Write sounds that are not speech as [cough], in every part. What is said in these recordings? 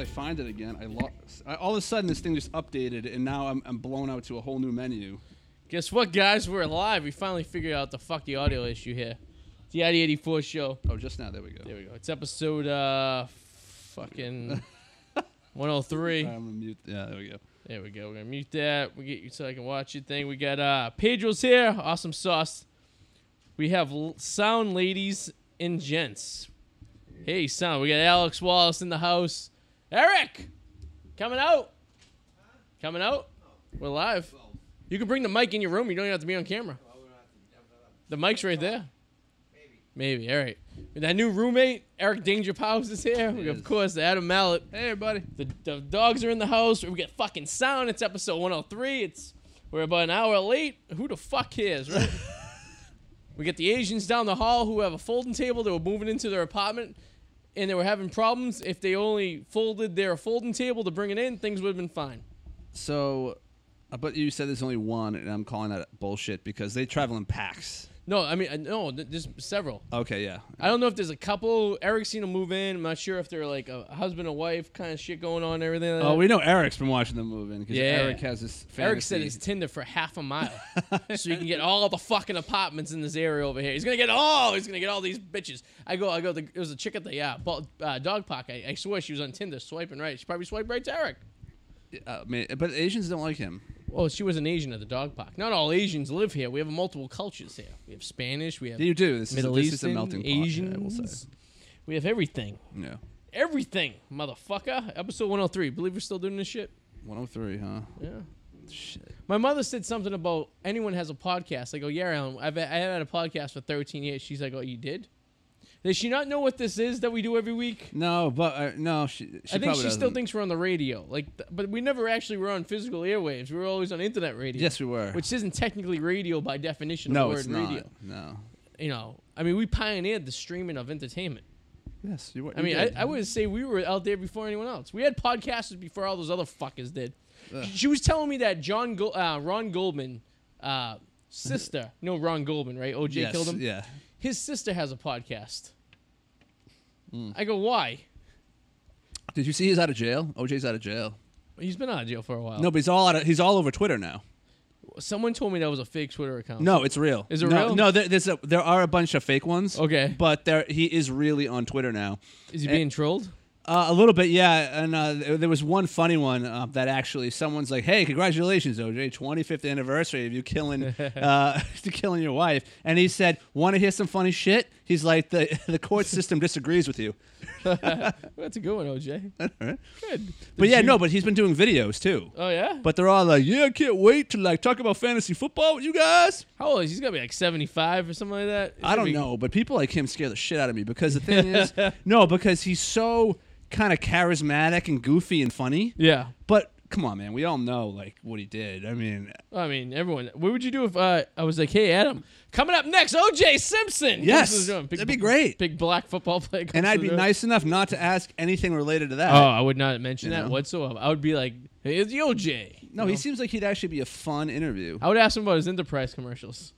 Uh, find it again, Uh, I lost. All of a sudden, this thing just updated, and now I'm, I'm blown out to a whole new menu. Guess what, guys? We're live. We finally figured out the fuck the audio issue here. It's the ID 84 show. Oh, just now, there we go. There we go. It's episode uh fucking 103. I'm gonna mute. Yeah, there we go. There we go. We're gonna mute that. We get you so I can watch your thing. We got uh Pedro's here. Awesome sauce. We have l- sound ladies and gents. Hey, sound. We got Alex Wallace in the house. Eric, coming out. Coming out. We're live. You can bring the mic in your room. You don't even have to be on camera. The mic's right there. Maybe. All right. And that new roommate, Eric Dangerpals, is here. We got, of Yes. course, Adam Mallet. Hey, everybody. The, the dogs are in the house. We get fucking sound. It's episode 103. It's we're about an hour late. Who the fuck cares, [laughs] right? we get the Asians down the hall who have a folding table. They were moving into their apartment and they were having problems. If they only folded their folding table to bring it in, things would have been fine. So, uh, but you said there's only one, and I'm calling that bullshit because they travel in packs. No, I mean, I- no, th- there's several. Okay, yeah. I don't know if there's a couple. Eric's seen them move in. I'm not sure if they're like a husband and wife kind of shit going on and everything. Like Oh, that. we know Eric's been watching the movie because Yeah. Eric has this. Fantasy. Eric said his Tinder for half a [laughs] mile, so you can get all the fucking apartments in this area over here. He's gonna get all. He's gonna get all these bitches. I go. I go. The, it was a chick at the uh, ball, uh, dog park. I, I swear she was on Tinder swiping right. She probably swiped right to Eric. Uh, man, but Asians don't like him. Well, she was an Asian at the dog park. Not all Asians live here. We have multiple cultures here. We have Spanish. We have You do. This Middle is this is Eastern, a melting pot. Asians. yeah, I will say. We have everything. Yeah. Everything, motherfucker. Episode 103. Believe we're still doing this shit. 103, huh? Yeah. Shit. My mother said something about anyone has a podcast. I go, yeah, Alan, I've I have had a podcast for 13 years. She's like, oh, you did? Does she not know what this is that we do every week? No, but uh, no, she. she I think probably she still doesn't. thinks we're on the radio. Like, th- but we never actually were on physical airwaves. We were always on internet radio. Yes, we were. Which isn't technically radio by definition. no, of the word it's not. radio. No. You know, I mean, we pioneered the streaming of entertainment. Yes, you were. I mean, I, I would say we were out there before anyone else. We had podcasters before all those other fuckers did. She, she was telling me that John, Go- uh, Ron Goldman, uh, sister, no Ron Goldman, right? OJ yes, killed him. Yeah. His sister has a podcast. Hmm. I go, why? Did you see he's out of jail? OJ's out of jail. He's been out of jail for a while. No, but he's all out of, he's all over Twitter now. Someone told me that was a fake Twitter account. No, it's real. Oh. Is it no, real? No, there, there's a, there are a bunch of fake ones. Okay. But there he is really on Twitter now. Is he being trolled? Uh, a little bit, yeah. And uh, th- there was one funny one uh, that actually someone's like, "Hey, congratulations, OJ, 25th anniversary of [laughs] you killing, uh, [laughs] killing your wife." And he said, "Want to hear some funny shit?" He's like, "the [laughs] The court system disagrees with you." That's a good one, OJ. Good. But yeah, no, but he's been doing videos too. Oh, yeah? But they're all like, "Yeah, I can't wait to like talk about fantasy football with you guys." How old is he? He's got to be like 75 or something like that. He's I gotta don't be- know, but people like him scare the shit out of me because the [laughs] thing is, no, because he's so kind of charismatic and goofy and funny. Yeah. But come on, man, we all know like what he did. I mean, I mean, everyone. What would you do if uh, I was like, "Hey, Adam, coming up next, O.J. Simpson." Yes, Comes to the door, that'd be great. Big black football player. comes and to I'd the be door. nice enough not to ask anything related to Oh, that. I would not mention You that know? whatsoever. I would be like, "Hey, it's the O.J." no, You he know? seems like he'd actually be a fun interview. I would ask him about his Enterprise commercials.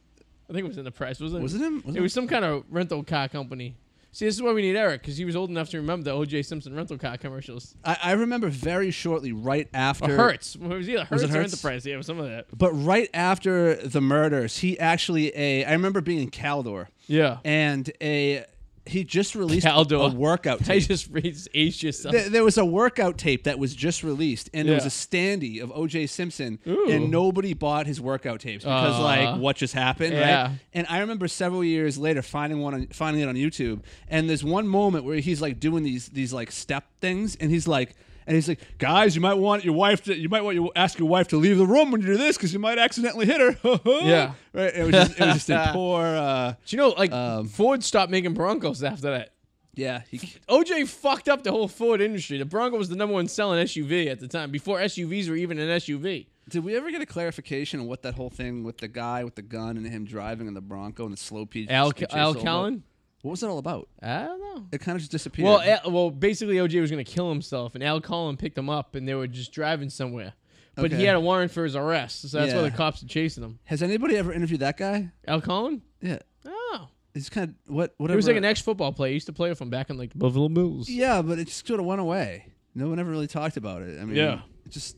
I think it was Enterprise, wasn't it? Was it him? Was It was some kind of rental car company. See, this is why we need Eric because he was old enough to remember the O.J. Simpson rental car commercials. I, I remember very shortly right after. Or Hertz. It was either Hertz, Was it or Hertz? Enterprise. Yeah, it was some of that. But right after the murders, he actually a. I remember being in Caldor, [laughs] Yeah. and a he just released Caldor. a [laughs] workout. I Tape. just raised age yourself. Th- there was a workout tape that was just released, and it was Yeah. a standee of OJ Simpson, Ooh. and nobody bought his workout tapes because, Aw. like, what just happened, Yeah. right? And I remember several years later finding one, on, finding it on YouTube, and there's one moment where he's like doing these these like step things, and he's like. And he's like, guys, you might want your wife to, you might want to ask your wife to leave the room when you do this because you might accidentally hit her. [laughs] Yeah. right. It was just, it was just a poor. Uh, Do you know, like Ford stopped making Broncos after that. yeah, he, OJ fucked up the whole Ford industry. The Bronco was the number one selling SUV at the time before SUVs were even an SUV. Did we ever get a clarification on what that whole thing with the guy with the gun and him driving in the Bronco and the slow peach? Al, peach Al sold Callen? it? What was that all about? I don't know. It kind of just disappeared. Well, Al, well, basically OJ was going to kill himself, and Al Collin picked him up, and they were just driving somewhere. But he Okay. had a warrant for his arrest, so that's why Yeah. the cops are chasing him. has anybody ever interviewed that guy? Al Collin? Yeah, Oh, it's kind of what whatever. he was like an ex-football player. He used to play with him back in like the Buffalo Bills. yeah, but it just sort of went away. No one ever really talked about it. I mean, Yeah. it just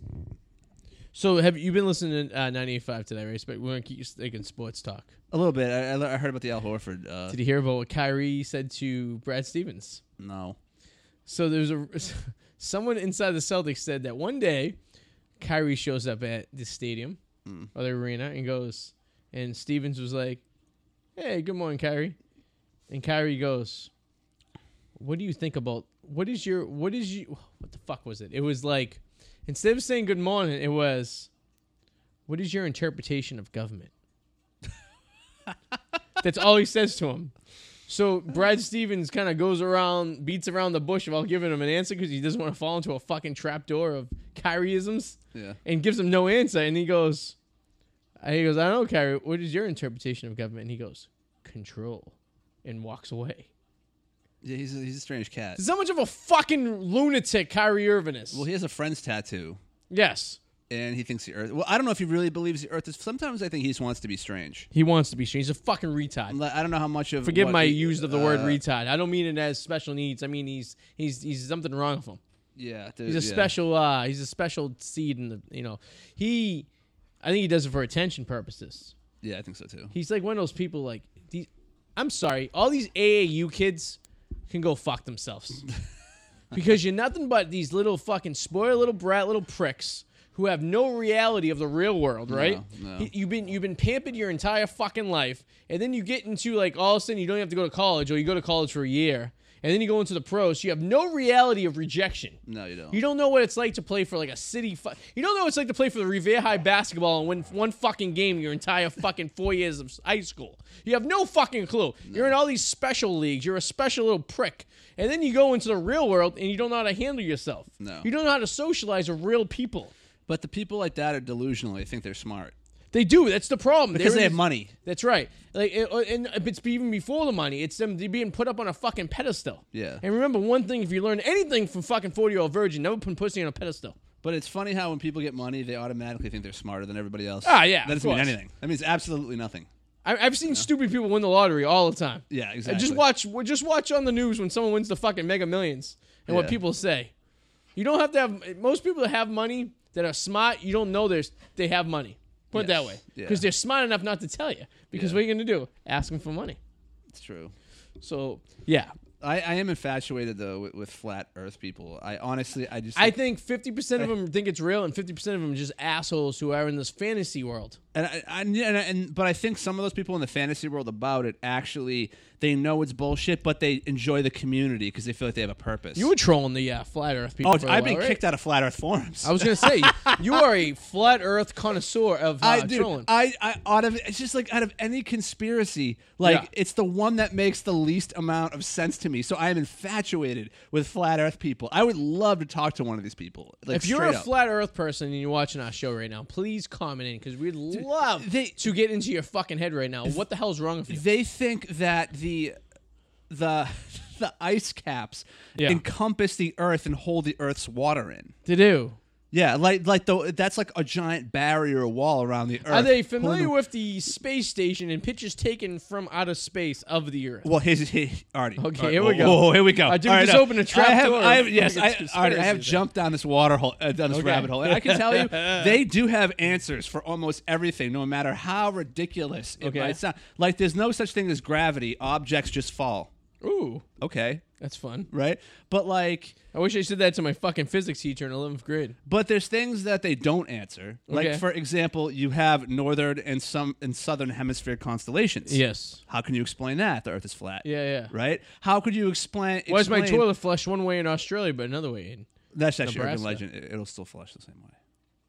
So have you been listening to uh, 98.5 today, right? But we're going to keep you thinking sports talk. a little bit. I, I le- I heard about the Al Horford. Uh, Did you hear about what Kyrie said to Brad Stevens? no, So there's a [laughs] someone inside the Celtics said that one day Kyrie shows up at the stadium or the arena and goes, and Stevens was like, "Hey, good morning, Kyrie," and Kyrie goes, "What do you think about what is your what is you [sighs] what the fuck was it? It was like instead of saying good morning, it was, what is your interpretation of government?" [laughs] That's all he says to him. So Brad Stevens kind of goes around, beats around the bush while giving him an answer because he doesn't want to fall into a fucking trapdoor of Kyrieisms, yeah. and gives him no answer. And he goes, and he goes, I don't know, Kyrie. What is your interpretation of government? And he goes, control, and walks away. Yeah, he's a, he's a strange cat. This is how much of a fucking lunatic Kyrie Irving is. Well, he has a friend's tattoo, yes, and he thinks the Earth. Well, I don't know if he really believes the Earth is. Sometimes I think he just wants to be strange. he wants to be strange. He's a fucking retard. Like, I don't know how much of Forgive what my he- use of the word uh, retard. I don't mean it as special needs. I mean he's he's he's something wrong with him. Yeah, He's a special. Uh, he's a special seed in the. You know, he. I think he does it for attention purposes. Yeah, I think so too. He's like one of those people. Like, the, I'm sorry, all these AAU kids can go fuck [laughs] themselves, because you're nothing but these little fucking spoiled little brat little pricks who have no reality of the real world, right? no. He- you've been you've been pampered your entire fucking life, and then you get into like all of a sudden you don't have to go to college, or you go to college for a year, and then you go into the pros. you have no reality of rejection. No, you don't. You don't know what it's like to play for like a city. Fu- you don't know what it's like to play for the Revere High basketball and win one fucking game your entire fucking four years of s- high school. You have no fucking clue. You're in all these special leagues. You're a special little prick. And then you go into the real world and you don't know how to handle yourself. No. You don't know how to socialize with real people. but the people like that are delusional. They think they're smart They do. That's the problem. because They're they in have this- money. That's right. Like, it- uh, and it's even before the money. It's them being put up on a fucking pedestal. Yeah. And remember one thing: if you learn anything from fucking forty-year-old virgin, never put pussy on a pedestal. But it's funny how when people get money, they automatically think they're smarter than everybody else. Ah, yeah, That of doesn't mean course. anything. That means absolutely nothing. I, I've seen stupid people win the lottery all the time. Yeah, And exactly. Just watch, w- just watch on the news when someone wins the fucking Mega Millions and Yeah. what people say. You don't have to have most people that have money that are smart. You don't know there's they have money. Put it that Yes. way, Yeah. because they're smart enough not to tell you. Because Yeah. what are you gonna do? Ask them for money. It's true. So yeah, I, I am infatuated though with, with flat Earth people. I honestly, I just, I think fifty percent of [laughs] them think it's real, and fifty percent of them are just assholes who are in this fantasy world. and I, I and, and, and but I think some of those people in the fantasy world about it actually they know it's bullshit, but they enjoy the community because they feel like they have a purpose. You were trolling the uh, flat Earth people. oh, for a I've while, been right? kicked out of flat Earth forums. I was gonna say you are a flat Earth connoisseur of uh, I do. trolling. I, I out of it's just like out of any conspiracy, like Yeah. it's the one that makes the least amount of sense to me. So I am infatuated with flat Earth people. I would love to talk to one of these people. Like If you're straight a up. flat Earth person and you're watching our show right now, please comment in because we'd love they- to get into your fucking head right now. What the hell's wrong with you? they think that the the [laughs] the ice caps Yeah. encompass the Earth and hold the Earth's water in. To do. Yeah, like like the, that's like a giant barrier or wall around the Earth. Are they familiar holding- with the space station and pictures taken from outer space of the Earth? Well, here's he already. Okay, All right, here we whoa, go. Whoa, whoa, here we go. I did All just now, open a trap I have, door. I have, yes, Fucking I, all right, I have conspiracy jumped down this water hole, uh, down this Okay. rabbit hole, and I can [laughs] tell you they do have answers for almost everything, no matter how ridiculous it Okay. might sound. Like there's no such thing as gravity; objects just fall. Ooh, Okay, that's fun. right? But like, I wish I said that to my fucking physics teacher in 11th grade. but there's things that they don't answer. Like Okay. for example, you have northern and some and southern hemisphere constellations. Yes. How can you explain that? The Earth is flat. Yeah, yeah. Right? How could you explain? Why is my explain- toilet flush one way in Australia but another way in? That's actually urban Nebraska. legend. It, will still flush the same way.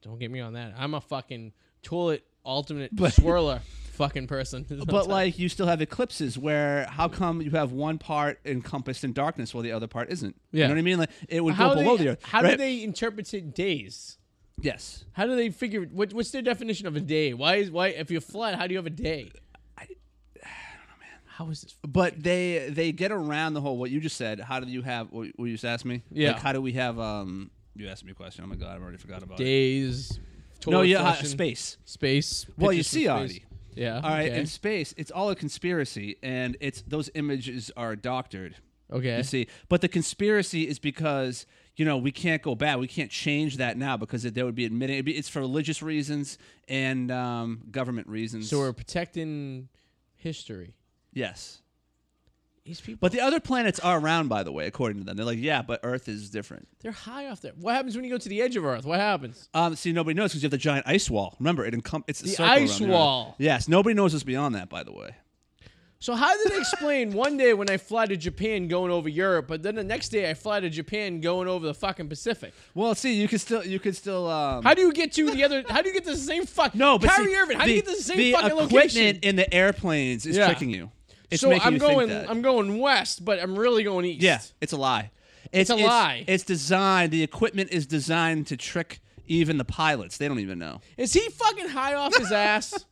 Don't get me on that. I'm a fucking toilet alternate swirler fucking person. [laughs] But like you still have eclipses where how come you have one part encompassed in darkness while the other part isn't? You Yeah. know what I mean? Like it would how go do below they, the earth. how right? do they interpret it days? Yes. How do they figure what, what's their definition of a day? Why is why if you're flat, how do you have a day? I, don't know, man. How is this? But they they get around the whole what you just said. How do you have what what you just asked me? Yeah. Like how do we have um you asked me a question. Oh my god, I've already forgot about it. Days. No, toilet yeah, uh, flushing, space. Space. Well, you pictures from see space. already. Yeah. All right, okay. in space, it's all a conspiracy and it's those images are doctored. Okay. You see, but the conspiracy is because you know we can't go back. We can't change that now because it, they would be admitting it'd be, it's for religious reasons and um, government reasons. So we're protecting history. yes. These people, But the other planets are round, by the way, according to them. They're like, yeah, but Earth is different. they're high off that. What happens when you go to the edge of Earth? What happens? Um, see, nobody knows because you have the giant ice wall. Remember, it encom- it's a The circle ice around Earth. wall. Yes, nobody knows what's beyond that, by the way. So how do they [laughs] explain one day when I fly to Japan going over Europe, but then the next day I fly to Japan going over the fucking Pacific? Well, see, you could still, you could still. Um, How do you get to the other? How do you get to the same fuck? no, but Kyrie see, Irving. How the, do you get to the same the fucking equipment location? in the airplanes is Yeah. tricking you. It's so making I'm you think going. that. I'm going west, but I'm really going east. Yeah, it's a lie. It's, a lie. It's designed. The equipment is designed to trick even the pilots. They don't even know. Is he fucking high off his [laughs] ass?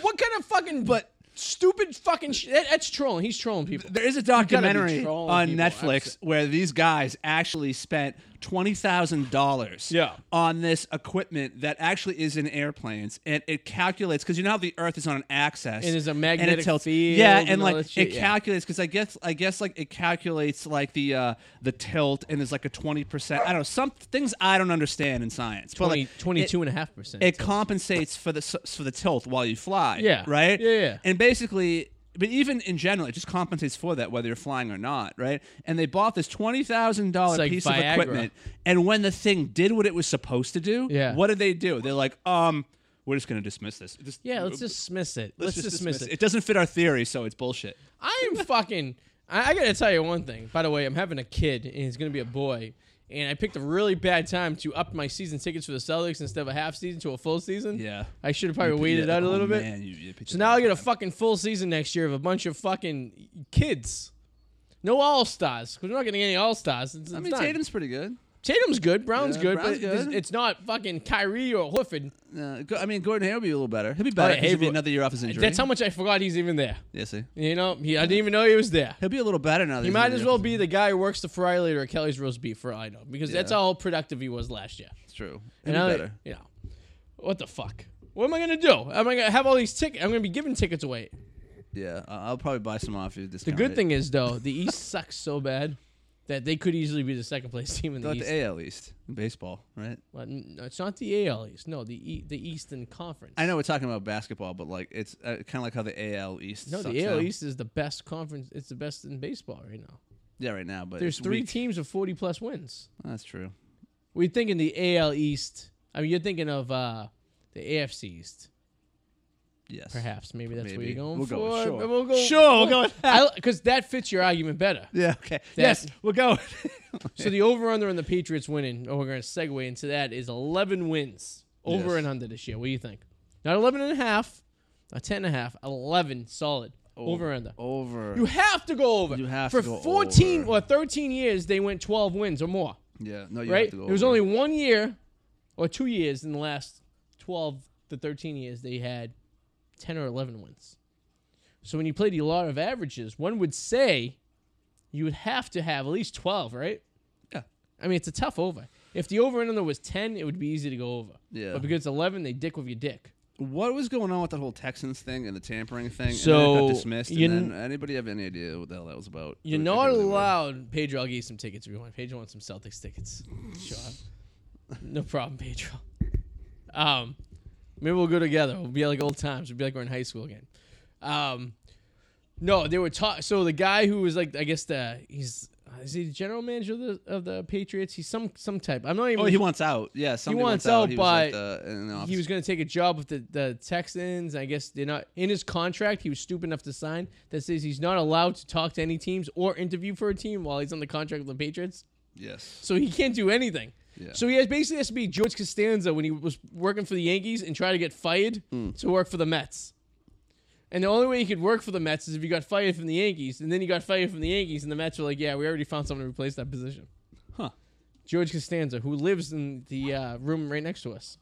What kind of fucking but stupid fucking sh- that, that's trolling. He's trolling people. There is a be documentary trolling on people. Netflix Abs- where these guys actually spent twenty thousand dollars Yeah. on this equipment that actually is in airplanes, and it calculates because you know how the Earth is on an axis And there's a it magnetic tells- field yeah, and and all like that shit, it yeah. calculates because I guess I guess like it calculates like the uh, the tilt and there's like a twenty percent. I don't know some things I don't understand in science, but 20, like, it- 22 and a half percent. it compensates for the s- for the tilt while you fly. Yeah. Right. Yeah, yeah. And basically, but even in general, it just compensates for that whether you're flying or not. Right. And they bought this twenty thousand It's dollar like piece Viagra. of equipment, and when the thing did what it was supposed to do, Yeah. what did they do? They're like, um, we're just gonna dismiss this. Just- yeah, let's dismiss it. Let's, dismiss, it. it. doesn't fit our theory, so it's bullshit. I am fucking. I, I gotta tell you one thing. By the way, I'm having a kid, and he's gonna be a boy. And I picked a really bad time to up my season tickets for the Celtics instead of a half season to a full season. Yeah. I should have probably waited Yeah, out a oh, little bit. man, you- you picked So it now I up. get a fucking full season next year of a bunch of fucking kids. No all stars. We're not getting any all stars. It's, I it's mean, not- Tatum's pretty good. Tatum's good. Brown's Yeah, good, Brown's but it's- good. it's not fucking Kyrie or Horford. Uh, go- I mean, Gordon Hayward will be a little better. He'll be better. right, because he'll be Hayward- another year off his injury. That's how much I forgot he's even there. Yeah, see, You know, he, I didn't even know he was there. he'll be a little better now. that He he's might another as year well off his- be the guy who works the fry later at Kelly's Roast Beef for all I know, because that's how productive he was last year. It's true. And He'll be I- better. You know, what the fuck? What am I gonna do? Am I gonna have all these tickets? I'm gonna be giving tickets away. Yeah, I- I'll probably buy some off you. The good thing is though, the East [laughs] sucks so bad that they could easily be the second place team in the about East. the AL East in baseball, right? Well, n- no, it's not the AL East. No, the e- the Eastern Conference. I know we're talking about basketball, but like it's uh, kind of like how the AL East. No, sucks the AL now. East is the best conference. It's the best in baseball right now. Yeah, right now, but There's it's three weak. teams with 40 plus wins. That's true. We're thinking the AL East. I mean, you're thinking of uh, the AFC East, Yes, perhaps. Maybe that's what Maybe. you're going We'll for. go with sure. We'll go, Sure, we'll go with Because that fits your argument better. Yeah. Okay. yes, we'll go. [laughs] So the over under on the Patriots winning, oh, we're going to segue into that, is 11 wins over Yes. and under this year. What do you think? Not 11 and a half, not 10 and a half, 11 solid over and under. Over. You have to go over. Oh. You have For to go 14 over. or 13 years, they went 12 wins or more, yeah. No, you right? have to go. It was over. only one year or two years in the last 12 to 13 years they had 10 or 11 wins. So when you played a lot of averages, one would say you would have to have at least 12, right? Yeah. I mean, it's a tough over. If the over and under was 10, it would be easy to go over. Yeah. But because it's 11, they dick with your dick. What was going on with the whole Texans thing and the tampering thing? and then it So, got dismissed. you and kn- then, anybody have any idea what the hell that was about? You're It- it not really was- allowed. Pedro, I'll get you some tickets if you want. Pedro wants some Celtics tickets. Sure. No problem, Pedro. Um, maybe we'll go together. We'll be like old times. We'll be like we're in high school again. Um, no, they were taught. So the guy who was like, I guess the he's is he the general manager of the of the Patriots? He's some some type. I'm not even. Oh, he wants out. Yeah, somebody wants out, He was like the- in the he office. was going to take a job with the, the Texans. I guess they're not in his contract. He was stupid enough to sign that says he's not allowed to talk to any teams or interview for a team while he's on the contract with the Patriots. yes. So he can't do anything. Yeah. So he has basically has to be George Costanza when he was working for the Yankees and try to get fired Hmm. to work for the Mets. And the only way he could work for the Mets is if he got fired from the Yankees, and then he got fired from the Yankees, and the Mets were like, "Yeah, we already found someone to replace that position." Huh. George Costanza, who lives in the uh, room right next to us,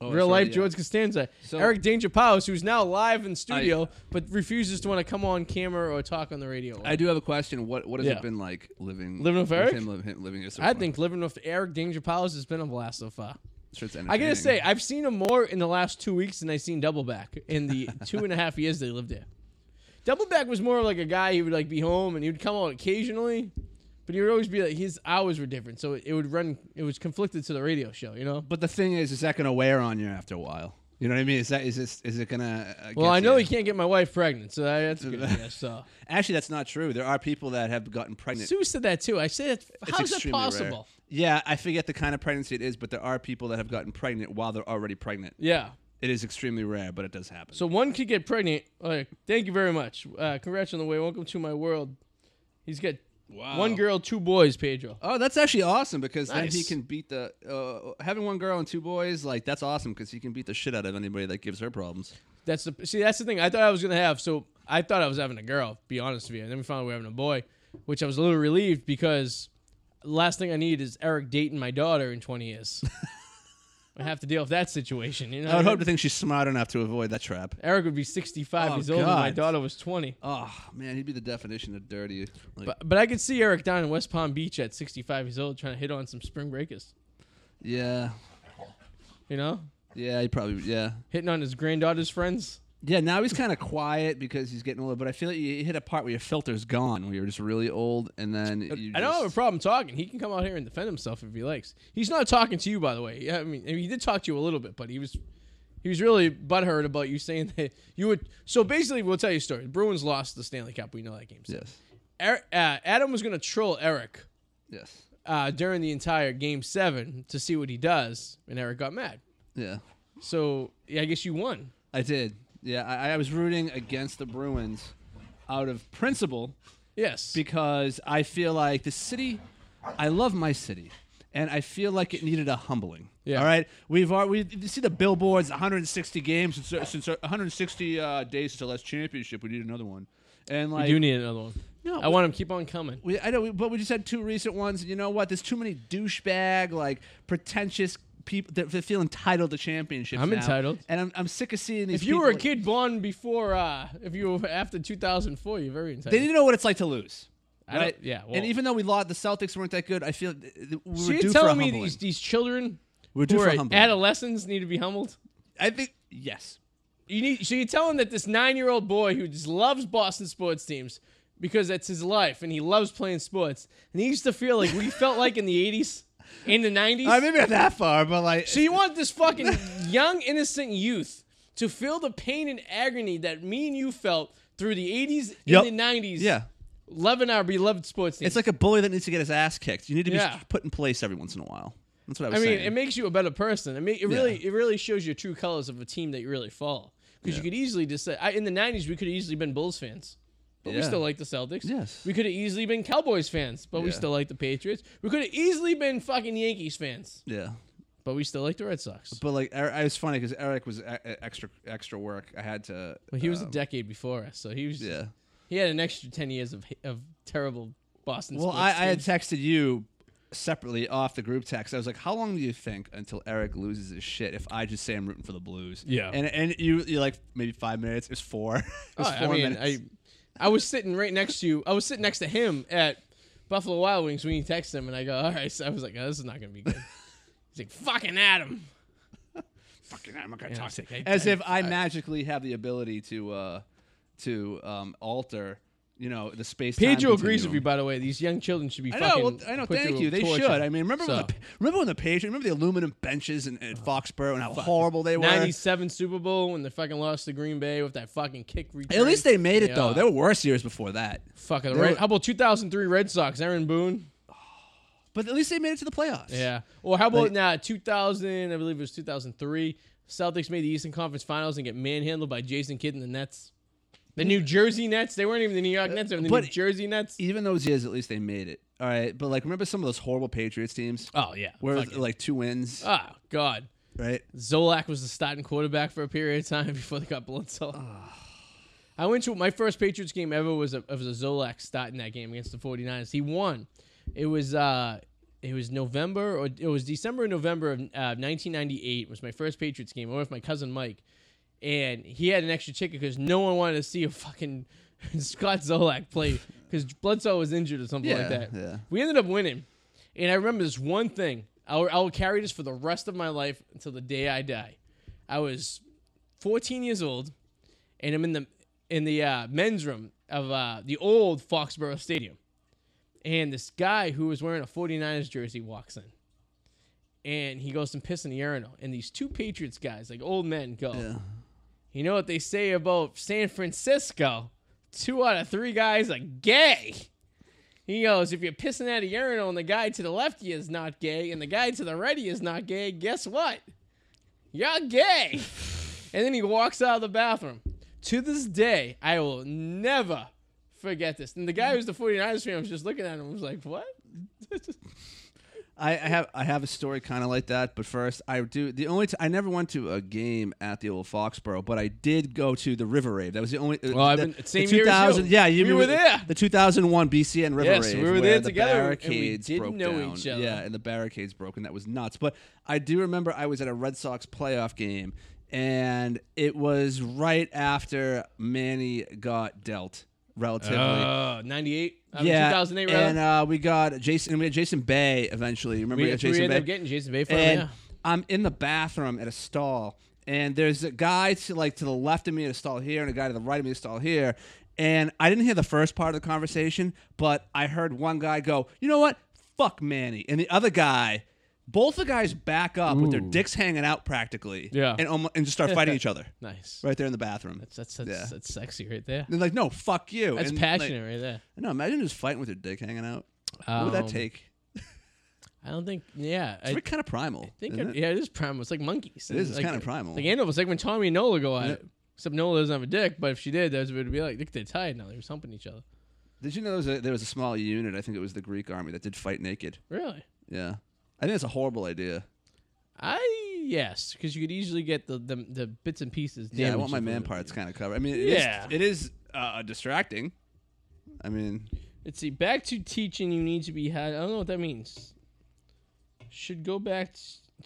Oh, real so, life yeah. George Costanza, So- Eric Danger Powers, who's now live in studio but refuses to want to come on camera or talk on the radio. I do have a question. What what has Yeah. it been like living Living with Eric? Him, living, him living here so I far? think living with Eric Danger Powers has been a blast so far. Sure it's I gotta entertaining. say, I've [laughs] seen him more in the last two weeks than I've seen Doubleback in the two and a half years they lived there. Doubleback was more of like a guy. He would like be home and he would come out occasionally, but he would always be like his hours were different, so it would run. It was conflicted to the radio show, you know. But the thing is, is that going to wear on you after a while? You know what I mean? Is that is this is it going to? Well, I know he can't get my wife pregnant, so that- that's a [laughs] good guess. So Actually, that's not true. There are people that have gotten pregnant. Sue said that too. I said, It's how's that extremely rare. possible? Yeah, I forget the kind of pregnancy it is, but there are people that have gotten pregnant while they're already pregnant. Yeah. It is extremely rare, but it does happen. So one could get pregnant. Like, thank you very much. Uh, congrats on the way. Welcome to my world. He's got Wow. one girl, two boys. Pedro. Oh, that's actually awesome because then he Nice. can beat the uh, having one girl and two boys. Like that's awesome because he can beat the shit out of anybody that gives her problems. That's the see. That's the thing. I thought I was gonna have. So I thought I was having a girl. Be honest with you. And then we found out we were having a boy, which I was a little relieved because the last thing I need is Eric dating my daughter in 20 [laughs] years. I have to deal with that situation. You know. I would what I hope to mean? think she's smart enough to avoid that trap. Eric would be 65 Oh, years old, and my God. daughter was 20. Oh man, he'd be the definition of dirty. Like, But, but I could see Eric down in West Palm Beach at 65 years old trying to hit on some spring breakers. yeah, You know, yeah, he probably yeah, hitting on his granddaughter's friends. yeah. Now he's kind of quiet because he's getting older. But I feel like you hit a part where your filter's gone, where you're just really old, and then you I don't have a just- problem talking. He can come out here and defend himself if he likes. He's not talking to you, by the way. Yeah, I mean, I mean, he did talk to you a little bit, but he was he was really butthurt about you saying that you would. So basically, we'll tell you a story. The Bruins lost the Stanley Cup. We know that game. Yes, Er, uh, Adam was going to troll Eric yes, uh, during the entire game seven to see what he does, and Eric got mad. yeah. So yeah, I guess you won. I did. Yeah, I, I was rooting against the Bruins out of principle. Yes. because I feel like the city, I love my city, and I feel like it needed a humbling. Yeah. All right. We've already we you see the billboards, 160 games since, uh, since 160 uh, days since the last championship. We need another one. And I like do need another one. No, I want him to keep on coming. we, I know, we- but we just had two recent ones. and You know what? There's too many douchebag, like pretentious people that, that feel entitled to championships. I'm now. entitled. and I'm, I'm sick of seeing these. If you were a people- kid born before, uh, if you were after 2004, you're very entitled. they need to know what it's like to lose. I don't- right? yeah, well- and even though we lost, the Celtics weren't that good. I feel th- th- we So were you're due for a telling me humbling. these, these children We're who due for are humbling. adolescents need to be humbled? I think yes. You need so you're telling that this nine year old boy who just loves Boston sports teams because that's his life and he loves playing sports and he used to feel like we felt like in the eighties, in the nineties. I maybe not that far, but like so you want this fucking young innocent youth to feel the pain and agony that me and you felt through the eighties Yup. and the nineties. yeah, loving our beloved sports teams. it's like a bully that needs to get his ass kicked. You need to be Yeah. put in place every once in a while. That's what I I was mean, saying. it makes you a better person. I mean, it really, it really shows your true colors of a team that you really follow. Because you could easily just say, I, in the '90s, we could have easily been Bulls fans, but we Yeah. still like the Celtics. Yes. we could have easily been Cowboys fans, but we Yeah. still like the Patriots. We could have easily been fucking Yankees fans, yeah, but we still like the Red Sox. but like Er- it was funny because Eric was e- e- extra extra work. I had to. But he was a um, decade before us, so he was. yeah. He had an extra ten years of of terrible Boston. Well, I, I sports had teams. texted you separately off the group text. I was like, "How long do you think until Eric loses his shit if I just say I'm rooting for the Blues?" Yeah. and and you you're like maybe five minutes. It was four. [laughs] it was Oh, four I mean, minutes. I, I was sitting right next to you. I was sitting next to him at Buffalo Wild Wings when you texted him, and I go, all right. So I was like, oh, this is not going to be [laughs] good. He's like, fucking Adam. Fucking, I'm not Yeah, gonna I talk was to like, I- As I- if I, magically have the ability to uh to um alter, you know, the space. Pedro agrees with you, by the way. These young children should be I know, fucking. well, I know. put Thank through you. They torture. should. I mean, remember when So, Oh, the remember when the Patriots, remember the aluminum benches in, at Foxborough and how horrible they were. 97 Super Bowl when they fucking lost to Green Bay with that fucking kick return. At least they made it though. Yeah. There were worse years before that. fucking they right. were- How about 2003 Red Sox? Aaron Boone. But at least they made it to the playoffs. Yeah. Or how about Like- now 2000? I believe it was 2003. Celtics made the Eastern Conference Finals and get manhandled by Jason Kidd and the Nets. The New Jersey Nets. They weren't even the New York Nets. They were the Uh, But- New Jersey Nets. Even those years, at least they made it. All right. But like, remember some of those horrible Patriots teams Oh yeah. where it Fuck was, it. like two wins, oh god. right? Zolak was the starting quarterback for a period of time [laughs] before they got Oh, Bledsoe. I went to my first Patriots game ever was a was a Zolak start in that game against the 49ers. He won. It was uh it was November or it was December or November of uh, 1998 was my first Patriots game. I went with my cousin Mike, and he had an extra ticket because no one wanted to see a fucking [laughs] Scott Zolak play because Bledsoe was injured or something like Yeah, that. yeah. We ended up winning. And I remember this one thing. I'll, I'll carry this for the rest of my life until the day I die. I was 14 years old, and I'm in the in the uh, men's room of uh, the old Foxborough Stadium. And this guy who was wearing a 49ers jersey walks in. And he goes and piss in the urinal. And these two Patriots guys, like old men, go, Yeah. You know what they say about San Francisco? Two out of three guys are gay. He goes, If you're pissing at a urinal and the guy to the left of you is not gay and the guy to the right of you is not gay, guess what? You're gay. [laughs] And then he walks out of the bathroom. To this day, I will never forget this. And the guy who's the 49ers fan was just looking at him and was like, What? I, I have I have a story kind of like that, but first I do the only t- I never went to a game at the old Foxborough, but I did go to the River Rave. That was the only. uh, Well, I've the, been- same the year as 2000 you. Yeah, you We were there. The 2001 BCN River Yes, Rave. we were where there the together, and we Barricades didn't broke know down. each other. Yeah, and the barricades broke, and that was nuts. But I do remember I was at a Red Sox playoff game, and it was right after Manny got dealt. Relatively, Uh, 98? I mean, yeah, 2008, rather. and uh, we got Jason. We had Jason Bay eventually. Remember we, we we had Jason ended Bay? up getting Jason Bay for him, and yeah. I'm in the bathroom at a stall, and there's a guy to like to the left of me at a stall here, and a guy to the right of me at a stall here. And I didn't hear the first part of the conversation, but I heard one guy go, "You know what? Fuck Manny," and the other guy. Both the guys back up with their Ooh. dicks hanging out practically, Yeah. and almo- and just start [laughs] fighting each other Nice. right there in the bathroom. That's that's that's, Yeah. that's sexy right there. They're like, "No, fuck you." That's And, like, passionate right there. no, imagine just fighting with your dick hanging out. What would Um, that take? I don't think. Yeah, I It's kind of primal. think. isn't It? Yeah, it is primal. It's like monkeys. It is, it's like, kinda primal. Like animals. Like when Tommy and Nola go at Yeah. it. Except Nola doesn't have a dick, but if she did, that would be like, look, they're tied now. They were humping each other. Did you know there was, a, there was a small unit? I think it was the Greek army that did fight naked. Really? Yeah, I think it's a horrible idea. I yes, because you could easily get the the, the bits and pieces. Yeah, I damaged want my if man it- parts kind of covered. I mean, it is Yeah. it is uh, distracting. I mean, Let's see. Back to teaching. You need to be had. I don't know what that means. Should go back t-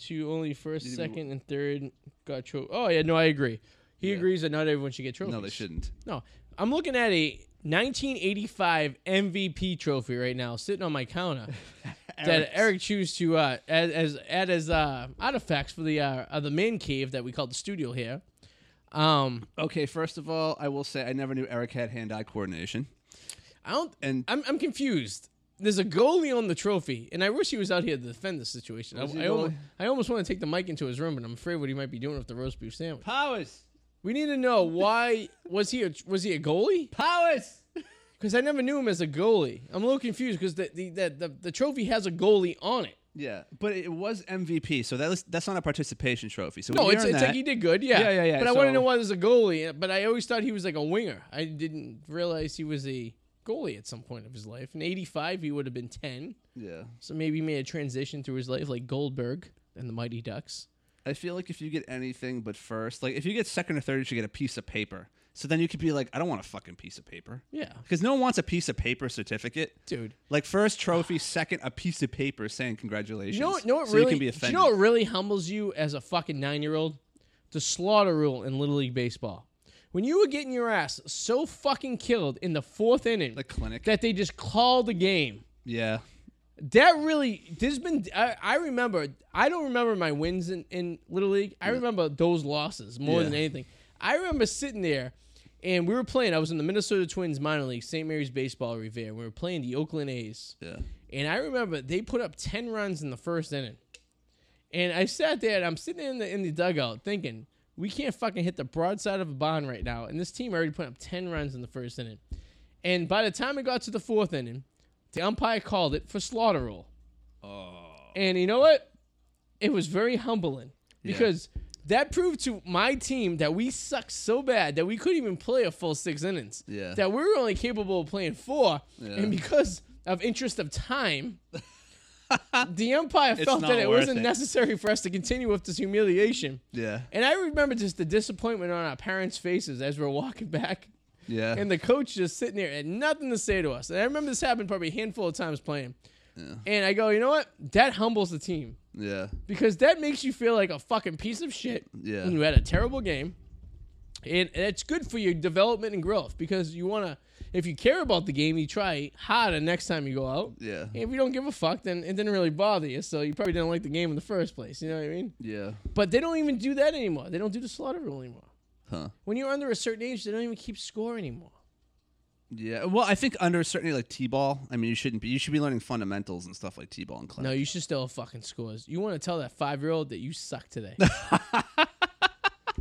to only first, Need to be- second, and third. Got trophy. Oh yeah, no, I agree. He Yeah. agrees that not everyone should get trophies. no, they shouldn't. No, I'm looking at a 1985 MVP trophy right now, sitting on my counter. [laughs] that Eric chose to uh, as as add as uh, artifacts for the uh, uh, the man cave that we call the studio here. Um, Okay, first of all, I will say I never knew Eric had hand-eye coordination. I don't. And I'm I'm confused. There's a goalie on the trophy, and I wish he was out here to defend this situation. I, Was he I, almost, goalie? I almost want to take the mic into his room, but I'm afraid what he might be doing with the roast beef sandwich. powers, We need to know why was he a, was he a goalie? powers. Because I never knew him as a goalie. I'm a little confused because the the, the, the the trophy has a goalie on it. Yeah, but it was MVP, so that was, that's not a participation trophy. So No, when it's, you're in it's that, like he did good. Yeah, Yeah, yeah, yeah, But I want to so- know why there's a goalie. uh, But I always thought he was like a winger. I didn't realize he was a goalie at some point of his life. In '85, he would have been 10. yeah. So maybe he made a transition through his life, like Goldberg and the Mighty Ducks. I feel like if you get anything but first, like if you get second or third, you should get a piece of paper. So then you could be like, I don't want a fucking piece of paper. Yeah, Because no one wants a piece of paper certificate. dude. Like [sighs] first trophy, second a piece of paper saying congratulations. You know, what- know what so really? you can be do you offended. know what really humbles you as a fucking nine year old? The slaughter rule in Little League baseball. When you were getting your ass so fucking killed in the fourth inning the clinic. that they just called the game. yeah. That really, there's been. I, I remember. I don't remember my wins in, in Little League. I remember those losses more than Yeah. anything. I remember sitting there, and we were playing. I was in the Minnesota Twins minor league, St. Mary's baseball revere. We were playing the Oakland A's, Yeah. and I remember they put up ten runs in the first inning. And I sat there, and I'm sitting in the in the dugout thinking, we can't fucking hit the broadside of a barn right now. And this team already put up ten runs in the first inning. And by the time it got to the fourth inning, the umpire called it for slaughter rule. And you know what? It was very humbling Yeah. because that proved to my team that we sucked so bad that we couldn't even play a full six innings. Yeah. That we were only capable of playing four. Yeah. And because of interest of [laughs] time, the umpire felt not that it worth wasn't it. necessary for us to continue with this humiliation. Yeah. And I remember just the disappointment on our parents' faces as we're walking back [laughs] Yeah. and the coach just sitting there and nothing to say to us. And I remember this happened probably a handful of times playing. And I go, you know what? That humbles the team yeah. because that makes you feel like a fucking piece of shit. Yeah. And you had a terrible game. And and it's good for your development and growth because you want to, if you care about the game, you try harder next time you go out. Yeah. And if you don't give a fuck, then it didn't really bother you. So you probably didn't like the game in the first place. You know what I mean? Yeah. But they don't even do that anymore. They don't do the slaughter rule anymore. Huh. When you're under a certain age, they don't even keep score anymore. Yeah. Well, I think under a certain like t-ball, I mean, you shouldn't be. You should be learning fundamentals and stuff like t-ball and class. No, you should still have fucking scores. You want to tell that five year old that you suck [laughs] today.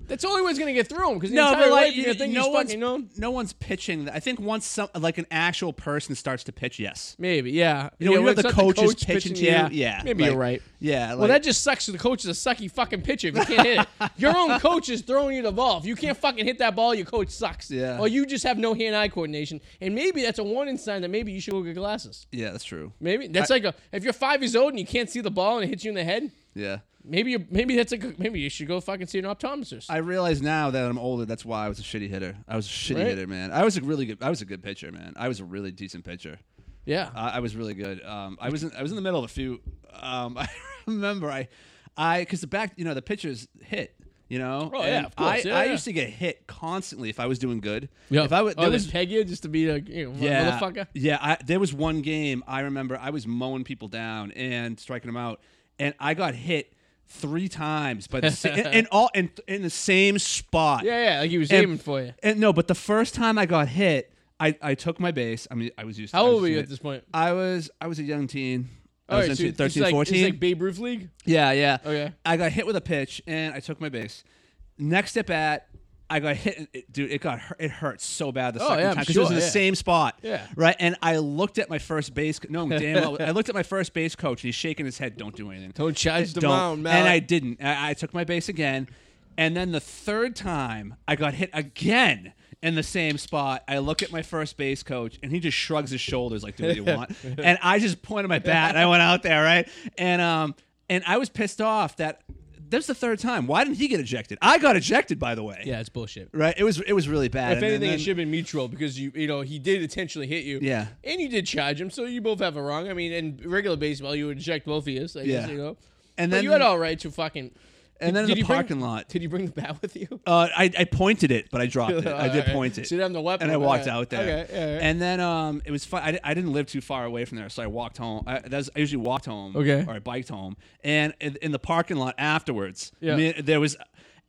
That's the only way it's gonna get through him because No, entire but like life you're gonna think no he's one's fucking known. no one's pitching. that. I think once some like an actual person starts to pitch, yes. Maybe, yeah. You yeah, know, when you when have it's the not coaches coach pitching to you, yeah, Maybe like- you're right. Yeah. Like, well, that just sucks. 'cause The coach is a sucky fucking pitcher. If you can't hit [laughs] it, your own coach is throwing you the ball. If you can't fucking hit that ball, your coach sucks. Yeah. Or you just have no hand-eye coordination, and maybe that's a warning sign that maybe you should go get glasses. yeah, that's true. Maybe that's like a if you're five years old and you can't see the ball and it hits you in the head. Yeah. Maybe you maybe that's a good- maybe you should go fucking see an optometrist. I realize now that I'm older. That's why I was a shitty hitter. I was a shitty Right? hitter, man. I was a really good. I was a good pitcher, man. I was a really decent pitcher. yeah. I, I was really good. Um, I was in, I was in the middle of a few. Um, [laughs] I remember I I because the back you know the pitchers hit. You know, Oh, yeah, And of course, I, yeah, I yeah. used to get hit constantly if I was doing good. Yeah. If I would, oh, there this was peg you just to be a you know, yeah, motherfucker. yeah. I, there was one game I remember I was mowing people down and striking them out, and I got hit three times, but in, in all in, in the same spot. Yeah, yeah. Like he was And- aiming for you. And no, but the first time I got hit, I, I took my base. I mean, I was used. to How I was old were used you to at it. this point? I was I was a young teen. I All was right, so 13, it's like- 13, it's 14. like Babe Ruth league. yeah, yeah. Okay. I got hit with a pitch and I took my base. Next at bat, I got hit. It, dude, it got hurt, it hurt so bad the Oh, second yeah, I'm time because it sure, was in the yeah. same spot. Yeah. Right. And I looked at my first base. co- No, damn. well, [laughs] I looked at my first base coach and he's shaking his head. Don't do anything. Don't charge the Don't. mound, man. And I didn't. I, I took my base again. And then the third time, I got hit again in the same spot. I look at my first base coach, and he just shrugs his shoulders like, [laughs] do what you want. and I just pointed my bat, and I went out there, right? And, um, and I was pissed off that that's the third time. Why didn't he get ejected? I got ejected, by the way. Yeah, it's bullshit. Right? It was, it was really bad. If And then- anything, then- it should have been mutual because you you know he did intentionally hit you. Yeah. and you did charge him, so you both have a wrong. I mean, in regular baseball, you would eject both of you. I Yeah. guess, you know. And But then- you had all right to fucking. and then in did the you bring- parking lot. Did you bring the bat with you? Uh, I, I pointed it, but I dropped it. [laughs] I did Alright. point it. So you didn't have the weapon, And I alright. walked out there. Okay, alright. And then um, it was fun. I, di- I didn't live too far away from there, so I walked home. I, that was, I usually walked home. Okay. Or I biked home. And in, in the parking lot afterwards, Yeah. me- there was.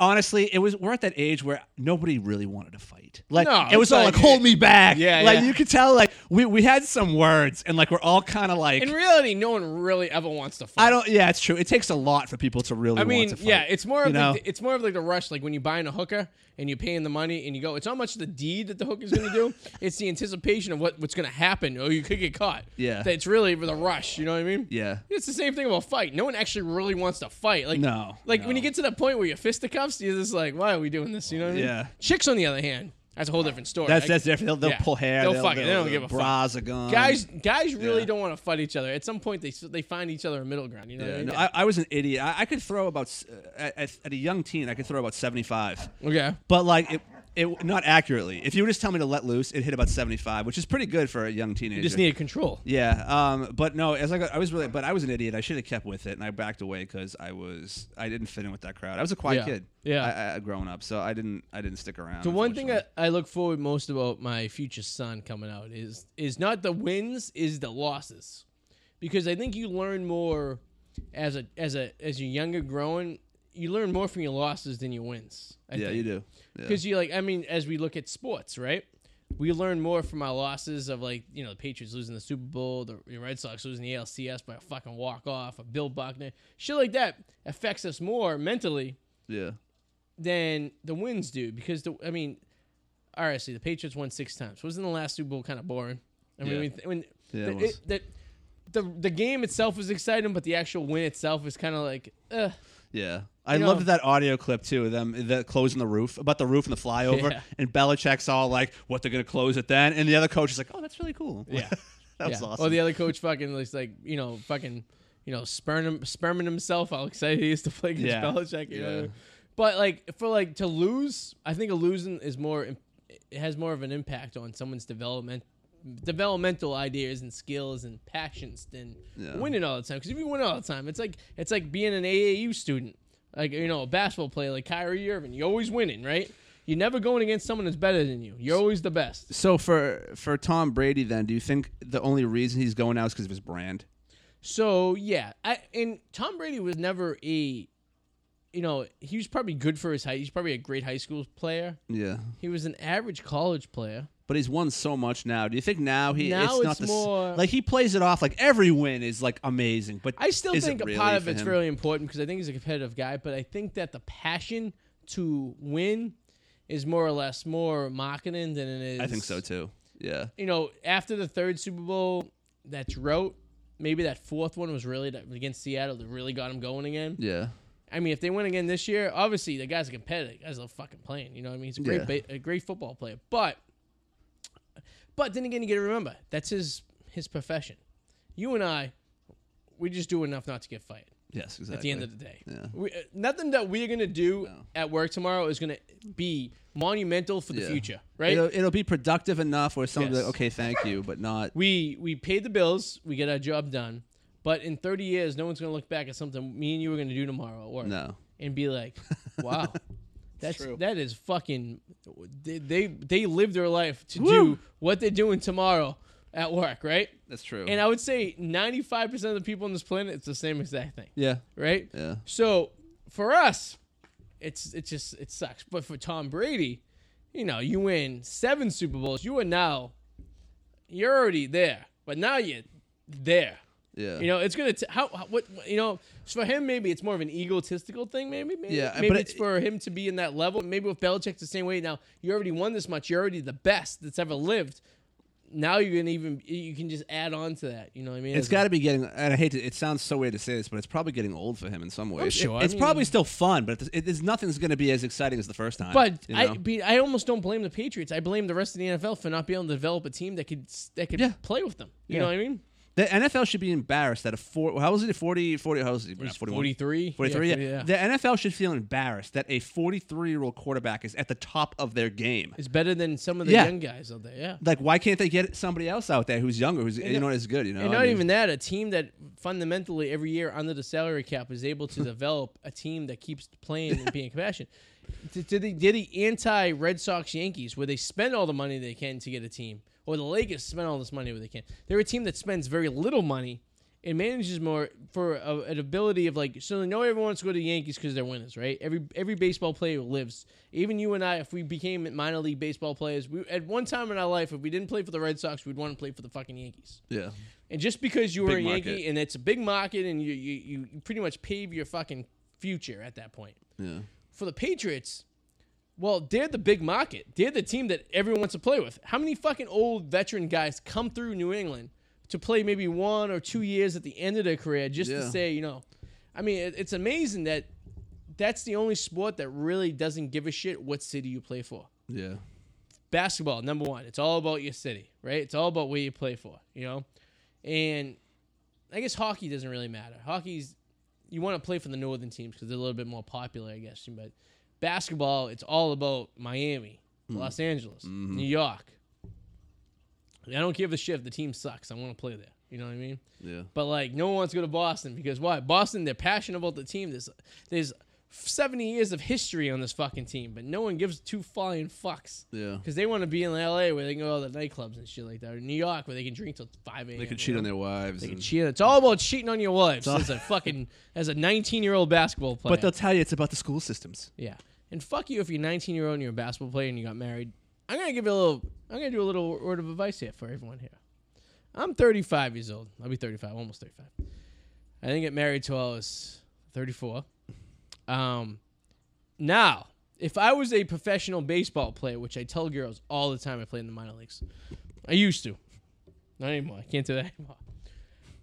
Honestly, it was we're at that age where nobody really wanted to fight. Like No, it was it's all like, like- "Hold me back!" Yeah, like yeah. you could tell, like we, we had some words, and like we're all kind of like, In reality, no one really ever wants to fight. "I don't." Yeah, it's true. It takes a lot for people to really. I mean, want to fight, yeah, it's more of you like know? the, it's more of like the rush, like when you buying a hooker and you're paying the money and you go. It's not much the deed that the hooker's going to [laughs] do; it's the anticipation of what, what's going to happen, or you could get caught. Yeah. that it's really the rush. You know what I mean? Yeah. it's the same thing about fight. No one actually really wants to fight. Like No, like when no. you get to that point where you're fisticuffs, you're just like, why are we doing this? You know what I mean? Yeah. Chicks, on the other hand, that's a whole different story. That's Like, that's different. They'll, they'll yeah. pull hair. They'll fuck it. They don't they'll- give a fuck. Bras are gone. Guys, guys really Yeah. don't want to fight each other. At some point, they s- they find each other a middle ground. You know what I Yeah, mean? no, I, I was an idiot. I, I could throw about s- uh, at, at a young teen. I could throw about seventy five, okay. but like it, it not accurately. If you would just tell me to let loose, it hit about seventy five, which is pretty good for a young teenager. You just needed control. yeah, um, but no, as I got, I was really, but I was an idiot. I should have kept with it, and I backed away because I was, I didn't fit in with that crowd. I was a quiet Yeah. kid, Yeah. I, I, growing up, so I didn't, I didn't stick around. The one thing I, unfortunately. I look forward most about my future son coming out is is not the wins, is the losses, because I think you learn more as a as a as you're younger growing. You learn more from your losses than your wins. I yeah, think. you do, yeah. Because you like, I mean, as we look at sports, right? We learn more from our losses of like, you know, the Patriots losing the Super Bowl, the Red Sox losing the ALCS by a fucking walk off, a Bill Buckner, shit like that affects us more mentally yeah, than the wins do. Because the, I mean, honestly, the Patriots won six times. Wasn't the last Super Bowl kind of boring? I mean, Yeah. when- when Yeah, the, it was. the, the the game itself was exciting, but the actual win itself was kind of like, uh, Yeah. I You know- loved that audio clip too of them uh, the closing the roof about the roof and the flyover Yeah. and Belichick's all like what they're gonna close it then and the other coach is like oh that's really cool Yeah. [laughs] that was Yeah. awesome Or the other coach fucking was like, you know, fucking, you know, sperming, sperming himself how excited he is to play against Yeah. Belichick. You know? what I Yeah. mean? But like for like to lose, I think a losing is more im- it has more of an impact on someone's development developmental ideas and skills and passions than Yeah. winning all the time. Because if you win all the time, it's like it's like being an AAU student, like you know, a basketball player like Kyrie Irving. You're always winning, right? You're never going against someone that's better than you. You're always the best. so for for Tom Brady then do you think the only reason he's going now is because of his brand So yeah, I, and Tom Brady was never a you know, he was probably good for his height. He's probably a great high school player. Yeah. He was an average college player. But he's won so much now. Do you think now he Now it's not it's the s- more- like he plays it off like every win is like amazing, but I still is it think a really part of for it's him? really important because I think he's a competitive guy, but I think that the passion to win is more or less more marketing than it is. I think so too. Yeah. You know, after the third Super Bowl, that's rote. Maybe that fourth one was really that- against Seattle that really got him going again. Yeah. I mean, if they win again this year, obviously the guy's a competitor. The guy's a fucking playing. You know what I mean? He's a great, Yeah. ba- a great football player. But, but then again, you got to remember that's his his profession. You and I, we just do enough not to get fired Yes, exactly. at the end of the day. Yeah. We, uh, nothing that we're gonna do at work tomorrow is gonna be monumental for the Yeah. future, right? It'll, it'll be productive enough where someone will be Yes. like, okay, thank you, but not. we we paid the bills, we get our job done, but in 30 years, no one's gonna look back at something me and you were gonna do tomorrow at work No. and be [laughs] like, "Wow, that's true. that is fucking." They they, they live their life to Woo. do what they're doing tomorrow at work, right? That's true. And I would say 95% of the people on this planet, it's the same exact thing, yeah. right? Yeah. So for us, it's it just it sucks. But for Tom Brady, you know, you win seven Super Bowls. You are now, you're already there, but now you're there. Yeah. You know, it's gonna t- how, how what you know for him. Maybe it's more of an egotistical thing. Maybe, maybe Yeah, Maybe but it's it- for him to be in that level. Maybe with Belichick the same way. Now you already won this much. You're already the best that's ever lived. Now you can even you can just add on to that. You know what I mean? It's got to be getting, and I hate to. It sounds so weird to say this, but it's probably getting old for him in some ways. It- sure, I it's mean- probably still fun, but it, it, it's nothing's going to be as exciting as the first time. But you know? I be, I almost don't blame the Patriots. I blame the rest of the NFL for not being able to develop a team that could s- that could Yeah. play with them. You Yeah. know what I mean? the NFL should be embarrassed that a four. How was it? 40, 40 How was it? 41? 43. 43. Yeah, yeah. The NFL should feel embarrassed that a forty-three-year-old quarterback is at the top of their game. It's better than some of the Yeah. young guys out there. Yeah. Like, why can't they get somebody else out there who's younger, who's you not- know as good? You know, And I not mean- even that, a team that fundamentally every year under the salary cap is able to [laughs] develop a team that keeps playing and being [laughs] compassionate. Did, did the, did the anti Red Sox Yankees, where they spend all the money they can to get a team, or the Lakers spend all this money where they can? They're a team that spends very little money and manages more for a, an ability of like, so they know everyone wants to go to the Yankees because they're winners, right? Every every baseball player lives. Even you and I, if we became minor league baseball players, we at one time in our life, if we didn't play for the Red Sox, we'd want to play for the fucking Yankees. Yeah. And just because you were Big a market. Yankee and it's a big market and you, you, you pretty much pave your fucking future at that point. Yeah. For the Patriots, well, they're the big market. They're the team that everyone wants to play with. How many fucking old veteran guys come through New England to play maybe one or two years at the end of their career just Yeah. to say, you know, I mean, it, it's amazing that that's the only sport that really doesn't give a shit what city you play for Yeah. basketball number one it's all about your city right it's all about where you play for you know and i guess hockey doesn't really matter hockey's you want to play for the northern teams because they're a little bit more popular i guess but basketball it's all about miami los angeles new york i don't give a shit if the team sucks i want to play there you know what i mean Yeah. but like no one wants to go to Boston because why? Boston, they're passionate about the team. There's there's seventy years of history on this fucking team, but no one gives two flying fucks. Yeah. Because they want to be in LA where they can go to the nightclubs and shit like that, or New York where they can drink till five a.m. They you could cheat know? on their wives. They can and- cheat. It's all about cheating on your wives all- as a fucking as a nineteen year old basketball player. but they'll tell you it's about the school systems. yeah, and fuck you if you're nineteen year old and you're a basketball player and you got married. I'm gonna give you a little. I'm gonna do a little word of advice here for everyone here. I'm 35 years old. I'll be 35, almost 35. I didn't get married till I was 34. Um, now, if I was a professional baseball player, which I tell girls all the time, I play in the minor leagues. I used to, not anymore. I can't do that anymore.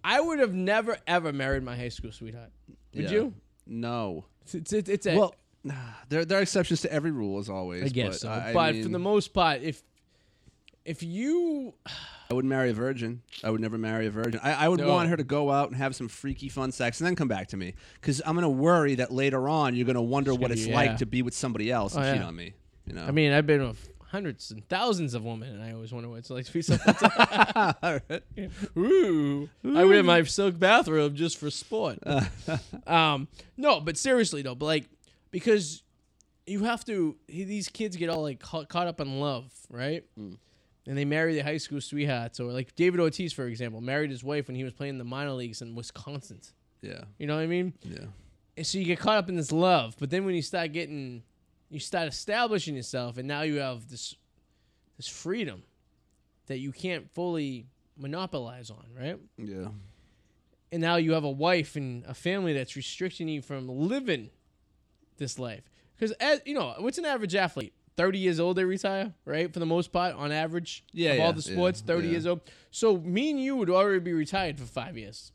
I would have never ever married my high school sweetheart. Would Yeah. you? No. It's it's, it's, it's a, well, nah, there, there are exceptions to every rule, as always. I guess but so. I, I but for mean, the most part, if if you I would marry a virgin. I would never marry a virgin. I, I would No. want her to go out and have some freaky, fun sex, and then come back to me, because I'm gonna worry that later on you're gonna wonder what gonna it's be- yeah. like to be with somebody else and Oh, cheat yeah. on me. You know. I mean, I've been with hundreds and thousands of women, and I always wonder what it's like to be something. [laughs] Ooh, I wear my silk bathrobe just for [laughs] sport. um, no, but seriously though, but like because you have to. These kids get all like caught, caught up in love, right? Mm. And they marry their high school sweethearts, or like David Ortiz, for example, married his wife when he was playing in the minor leagues in Wisconsin. [laughs] yeah. You know what I mean? Yeah. and so you get caught up in this love, but then when you start getting, you start establishing yourself, and now you have this, this freedom, that you can't fully monopolize on, right? Yeah. and now you have a wife and a family that's restricting you from living this life. Because as you know, what's an average athlete? Thirty years old, they retire, right? For the most part, on average, Yeah, of yeah, all the sports, yeah, thirty yeah. years old. So me and you would already be retired for five [sighs] years.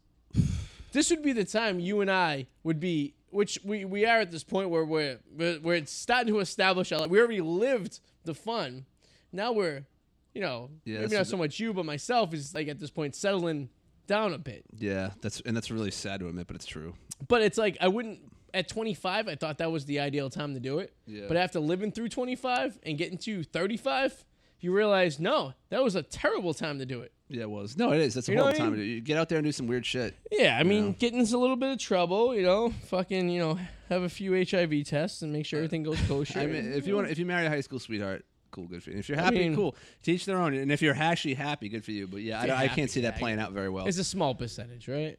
this would be the time you and I would be, which we, we are at this point where we're where where it's starting to establish. Our, life. we already lived the fun. Now we're, you know, Yeah, maybe so not the- so much you, but myself is like at this point settling down a bit. Yeah. That's and that's really sad to admit, but it's true. But it's like I wouldn't at 25. I thought that was the ideal time to do it. Yeah. But after living through 25 and getting to 35, you realize no, that was a terrible time to do it. Yeah, it was. No, it is. That's a You know horrible what I time. to- You get out there and do some weird shit. Yeah, I mean, Yeah. getting into a little bit of trouble, you know, fucking, you know, have a few HIV tests and make sure everything [laughs] goes kosher. I mean, and, if you want, if you marry a high school sweetheart, cool, good for you. And if you're happy, mean- cool. Teach their own. And if you're actually happy, good for you. But yeah, If I, don't- you're I can't happy, see that yeah, I- playing out very well. It's a small percentage, right?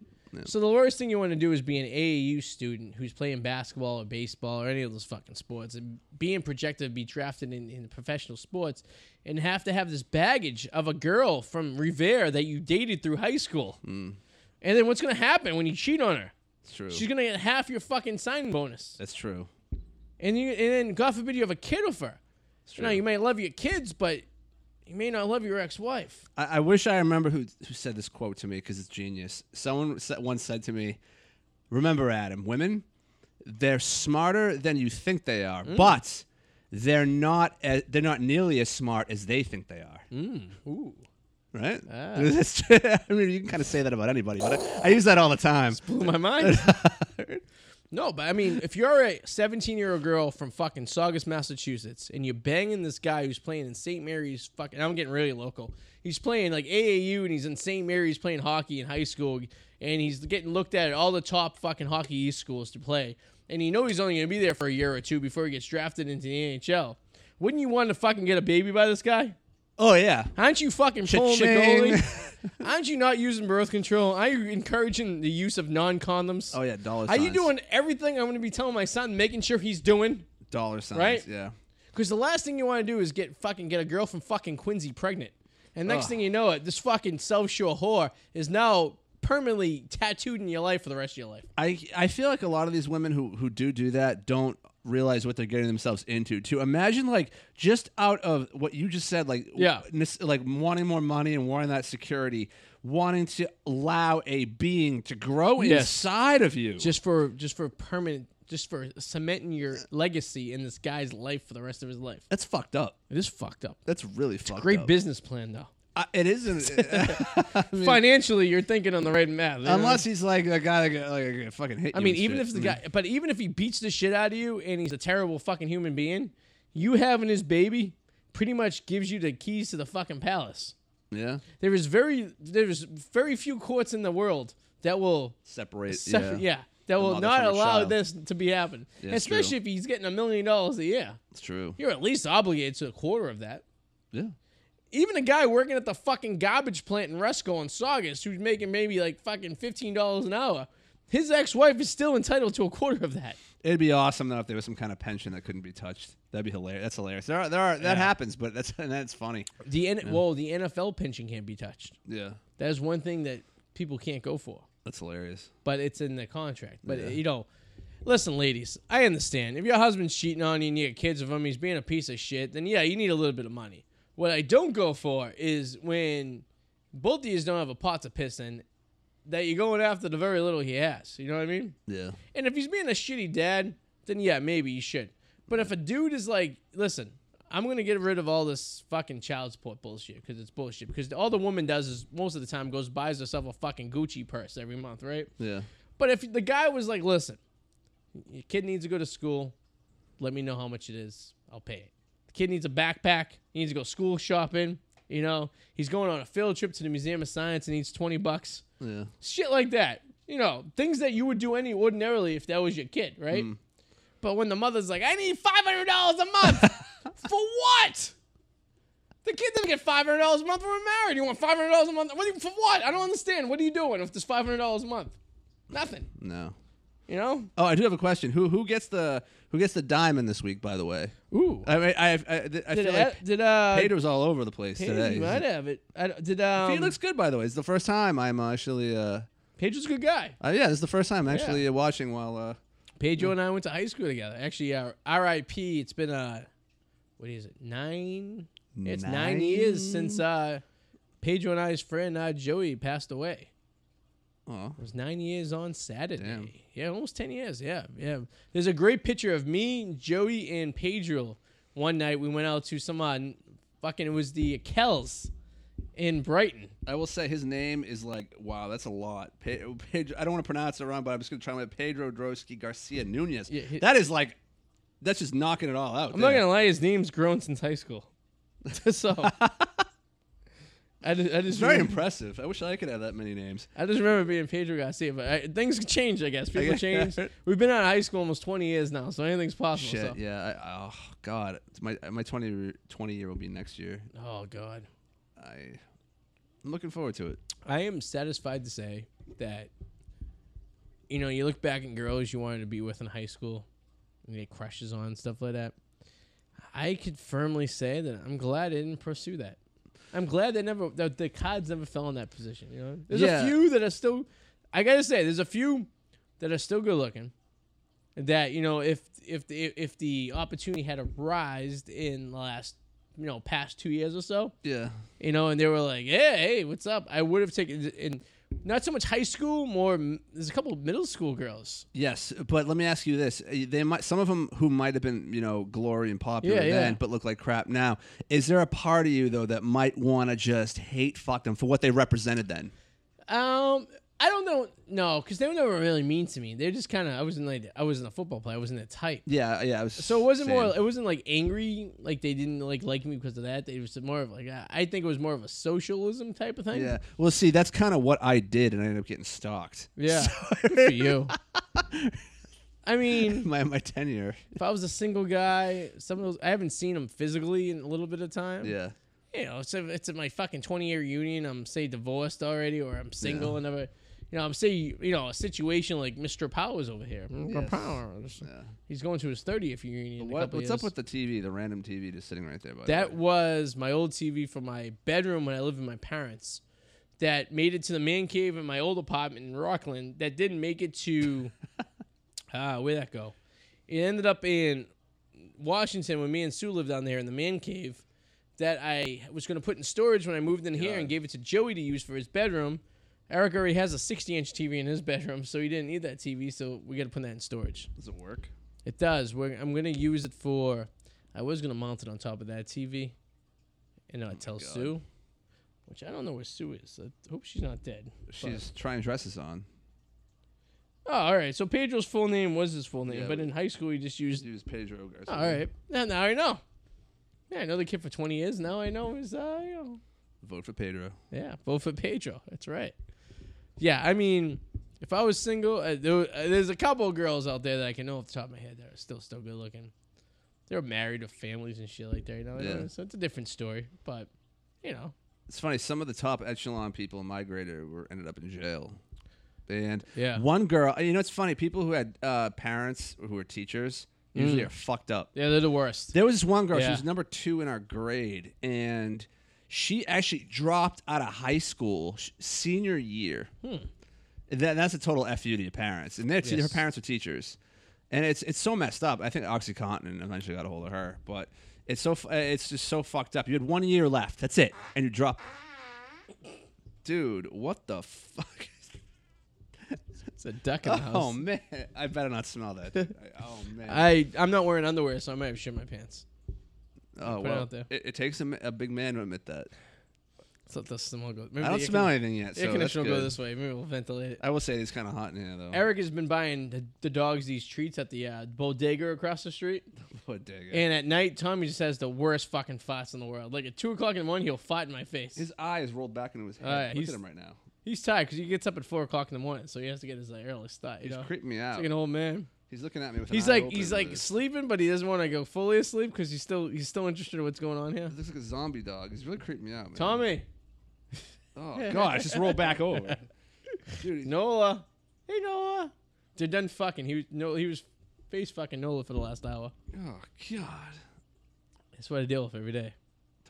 So the worst thing you want to do is be an AAU student who's playing basketball or baseball or any of those fucking sports and being projected to be drafted in, in professional sports and have to have this baggage of a girl from Revere that you dated through high school. Mm. And then what's going to happen when you cheat on her? It's true. She's going to get half your fucking signing bonus. That's true. And you, and then God forbid you have a kid with her. It's You true. know, you may love your kids, but you may not love your ex-wife. I, I wish I remember who who said this quote to me because it's genius. Someone sa- once said to me, "Remember, Adam, women, they're smarter than you think they are, Mm. but they're not as, they're not nearly as smart as they think they are." Mm, Ooh. Right? Ah. [laughs] That's- I mean, you can kind of say that about anybody, but I, I use that all the time. blew my mind. no, but I mean, if you're a 17 year old girl from fucking Saugus, Massachusetts, and you're banging this guy who's playing in St. Mary's, fucking, I'm getting really local. He's playing like AAU, and he's in St. Mary's playing hockey in high school, and he's getting looked at at all the top fucking hockey East schools to play. And you know he's only going to be there for a year or two before he gets drafted into the NHL. Wouldn't you want to fucking get a baby by this guy? Oh yeah, Aren't you fucking pulling the [laughs] Cha-ching. goalie? Aren't you not using birth control? Are you encouraging the use of non condoms? Oh yeah, dollar Are signs. you doing everything I'm going to be telling my son, making sure he's doing? dollar signs? Right? Yeah. Because the last thing you want to do is get fucking get a girl from fucking Quincy pregnant, and next Ugh. thing you know it, this fucking South Shore whore is now permanently tattooed in your life for the rest of your life. I I feel like a lot of these women who who do do that don't realize what they're getting themselves into. To imagine like just out of what you just said, like w- Yeah. nes- like wanting more money and wanting that security, wanting to allow a being to grow Yes. inside of you. Just for just for permanent, just for cementing your legacy in this guy's life for the rest of his life. that's fucked up. It is fucked up. That's really fucked Great up. business plan though. I- [laughs] it isn't. Financially, you're thinking on the right math. you know? unless he's like a guy that like, like fucking hit. I mean, even if the guy, but even if he beats the shit out of you and he's a terrible fucking human being, you having his baby pretty much gives you the keys to the fucking palace. yeah There is very there is very few courts in the world that will separate suffer, yeah. yeah that will mother not from her allow child. this to be happen. Yeah, it's Especially if he's getting a million dollars a year, it's true you're at least obligated to a quarter of that. yeah Even a guy working at the fucking garbage plant in Resco on Saugus, who's making maybe like fucking fifteen dollars an hour, his ex-wife is still entitled to a quarter of that. It'd be awesome though if there was some kind of pension that couldn't be touched. That'd be hilarious. That's hilarious. There are there are that happens, but that's [laughs] and that's funny. The N- well, the NFL pension can't be touched. Yeah, That is one thing that people can't go for, that's hilarious. but it's in the contract. But you know, listen, ladies, I understand if your husband's cheating on you and you get kids with him, he's being a piece of shit. Then yeah, you need a little bit of money. What I don't go for is when both of you don't have a pot to piss in, that you're going after the very little he has. You know what I mean? Yeah, And if he's being a shitty dad, then yeah, maybe you should. But if a dude is like, listen, I'm gonna get rid of all this fucking child support bullshit because it's bullshit. Because all the woman does is most of the time goes buys herself a fucking Gucci purse every month, right? yeah, But if the guy was like, listen, your kid needs to go to school, let me know how much it is, I'll pay it. The kid needs a backpack, he needs to go school shopping, you know, he's going on a field trip to the Museum of Science and needs twenty bucks yeah. shit like that. You know, things that you would do any ordinarily if that was your kid, right? Mm. But when the mother's like, I need five hundred dollars a [laughs] month for what? The kid doesn't get five hundred dollars a month when we're married. You want five hundred dollars a month? What do you, for what? I don't understand. What are you doing with this five hundred dollars a month? Nothing. No, You You know? Oh, I do have a question. Who who gets the who gets the diamond this week? By the way, Ooh. I mean, I I, I, I did feel Ed- like did uh Pater's all over the place Pedro today. might He's- have it. I, don't- did um he looks good, by the way. It's the first time I'm actually. Uh, Pedro's a good guy. uh, yeah, this is the first time I'm actually uh watching while. Uh, Pedro and I went to high school together. Actually, uh, R.I.P. It's been uh, what is it? Nine. It's nine, years since uh, Pedro and I's friend uh, Joey passed away. Oh, It was nine years on Saturday. Damn. Yeah, almost ten years. Yeah, yeah. There's a great picture of me, Joey, and Pedro. One night we went out to some uh, fucking. It was the Kells in Brighton. I will say his name is like wow, that's a lot. Pedro, Pedro, I don't want to pronounce it wrong, but I'm just gonna try my Pedro Drosky Garcia Nunez. Yeah, he- that is like, that's just knocking it all out. I'm not gonna lie, his name's grown since high school. [laughs] [laughs] so I just, I just It's very remember- impressive. I wish I could have that many names. I just remember being Pedro Garcia, but I, things change, I guess. People guess. [laughs] change. We've been out of high school almost 20 years now, so anything's possible. Shit, so. yeah. I, oh God, It's my my 20, 20 year will be next year. Oh, God. I, I'm looking forward to it. I am satisfied to say that, you know, you look back at girls you wanted to be with in high school, and you get crushes on, stuff like that. I could firmly say that I'm glad I didn't pursue that. I'm glad they never, that the cards never fell in that position. You know, there's Yeah. a few that are still, I gotta say, there's a few that are still good looking. That you know, if if the if the opportunity had arisen in the last, you know, past two years or so, Yeah, you know, and they were like, "Yeah, hey, what's up?" I would have taken in not so much high school, more m- there's a couple of middle school girls. yes. But let me ask you this: Uh, they might some of them who might have been you know glory and popular Yeah, yeah. then, but look like crap now. Is there a part of you though that might want to just hate fuck them for what they represented then? Um, I don't know, no, because they were never really mean to me. They're just kind of I wasn't like I wasn't a football player, I wasn't a type. Yeah, yeah. So it wasn't more. It wasn't like angry, like they didn't like like me because of that. It was more of like I I think it was more of a socialism type of thing. Yeah. Well, see, that's kind of what I did, and I ended up getting stalked. [laughs] yeah. So- Good for you. I mean, my my tenure. if I was a single guy, some of those I haven't seen them physically in a little bit of time. Yeah. you know, it's, it's my fucking 20 year union. I'm, say, divorced already, or I'm single and never, you know, I'm, say, you know, a situation like Mr. Powers over here. Mr. Yes. Powers. Yeah. He's going to his 30th union. in a What, couple what's up years. with the TV? The random TV just sitting right there. By the that? way? Was my old TV from my bedroom when I lived with my parents that made it to the man cave in my old apartment in Rockland that didn't make it [laughs] to, ah, where'd that go? It ended up in Washington when me and Sue lived down there in the man cave that I was going to put in storage when I moved in here and God. gave it to Joey to use for his bedroom. Eric already has a 60 inch TV in his bedroom, so he didn't need that TV, so we got to put that in storage. does it work? It does. We're, I'm going to use it for. I was going to mount it on top of that TV and uh, tell Oh God. Sue, which I don't know where Sue is. I hope she's not dead. but- She's trying dresses on. Oh, all right. So Pedro's full name was his full name, Yeah, but we- in high school he just She's used. used Pedro. Garcia. All right. Now, now I know. Yeah, I know the kid for 20 years. Now I know his. Uh, you know, Vote for Pedro. Yeah, both for Pedro. That's right. Yeah, I mean, if I was single, uh, there, wa- uh, there's a couple of girls out there that I can know off the top of my head that are still still good looking. They're married with families and shit like that, you know. Yeah. So it's a different story, but you know, It's funny. Some of the top echelon people in my grader were ended up in jail. And Yeah. one girl, you know, it's funny. People who had uh, parents who were teachers usually are fucked up. yeah, they're the worst. There was this one girl. She Yeah. was number two in our grade, and she actually dropped out of high school sh- senior year. That, that's a total fu to your parents, and their te- her Hmm. Yes. parents are teachers, and it's it's so messed up. I think OxyContin eventually got a hold of her, but it's so f- uh, it's just so fucked up. You had one year left. That's it, and you drop. [coughs] Dude, what the fuck? [laughs] It's a duck in the house. Oh man, I better not [laughs] smell that. I- oh man. I I'm not wearing underwear, so I might have shit my pants. oh put it well, out there. it, it takes a, ma- a big man to admit that. So the smell goes. Maybe I don't the air smell con- anything yet. Air So that's conditioner will go good. this way. Maybe we'll ventilate it. I will say it's kind of hot in here though. Eric has been buying the, the dogs these treats at the uh, bodega across the street. What day, guys? And at night, Tommy just has the worst fucking farts in the world. Like at two o'clock in the morning, he'll fight in my face. his eyes rolled back into his head. Alright, Look Uh, he's- at him right now. he's tired because he gets up at four o'clock in the morning, so he has to get his like, early start. You He's know, creeping me It's out. like an old man. he's looking at me with. an He's eye like open he's with like his- sleeping, but he doesn't want to go fully asleep because he's still he's still interested in what's going on here. He looks like a zombie dog. He's really creeping me out, man. Tommy, [laughs] Oh gosh, just roll back over. Dude, he's- Nola, hey Nola, They're done fucking. He was no. He was face fucking Nola for the last hour. Oh God, That's what I deal with every day.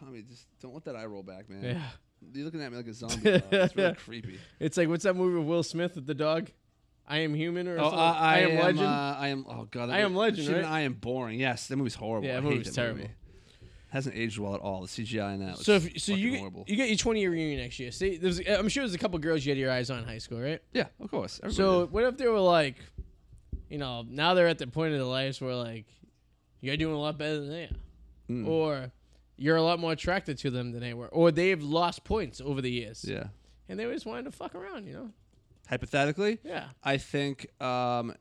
Tommy, just don't let that eye roll back, man. Yeah. You're looking at me like a zombie. [laughs] dog. It's really creepy. It's like what's that movie with Will Smith with the dog? I am human or Oh, something? I, I am, legend. Uh, I am. Oh God, that I Am movie- Legend, shit, right? I am boring. Yes, that movie's horrible. Yeah, I that hate movie's that terrible. Movie. Hasn't aged well at all. The CGI in that. Was so if, so fucking you horrible. get, you get your 20 year reunion next year. See, there's I'm sure there's a couple girls you had your eyes on in high school, right? yeah, of course. Everybody So did. what if they were like, you know, now they're at the point of their lives where like you're doing a lot better than they are, Mm. or you're a lot more attracted to them than they were, or they've lost points over the years, yeah, and they just wanted to fuck around, you know? hypothetically, Yeah. I think um,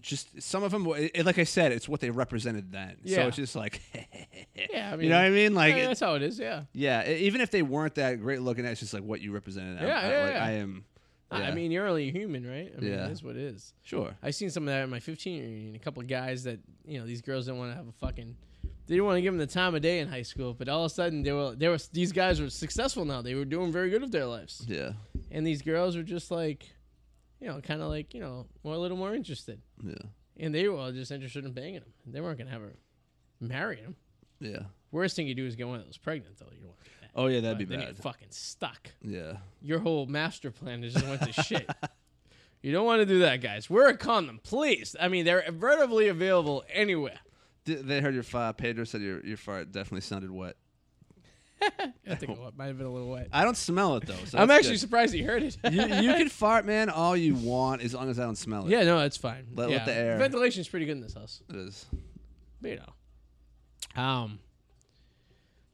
just some of them. It, it- like I said, it's what they represented then. So Yeah. it's just like, [laughs] Yeah, I mean, Eh, you know what I mean? Like, yeah, it- that's how it is. Yeah. yeah, e- even if they weren't that great looking, it's just like what you represented. I- Yeah, I, yeah, like, yeah. I am. I yeah. mean, you're only human, right? I mean, Yeah. it is what it is. sure. I seen some of that at my 15 year reunion. A couple of guys that you know these girls didn't want to have a fucking, they didn't want to give them the time of day in high school. But all of a sudden they were they were these guys were successful now. They were doing very good of their lives, Yeah, and these girls were just like, you know, kind of like you know, more a little more interested, yeah, and they were all just interested in banging them. They weren't gonna have her marry him. yeah. Worst thing you do is get one of those pregnant though. You don't want to do that. Oh yeah, that'd be then bad. you're fucking stuck. yeah. Your whole master plan is just went to [laughs] shit. You don't want to do that, guys. Wear a condom, please. I mean, they're readily available anywhere. D- They heard your fart. Pedro said your your fart definitely sounded wet. I think it might have been a little wet. I don't smell it though. So I'm that's actually good. surprised you heard [laughs] it. [laughs] you, you can fart, man, all you want as long as I don't smell it. yeah, no, it's fine. Let- yeah. let the air- Ventilation's pretty good in this house. It is. But, you know. Um.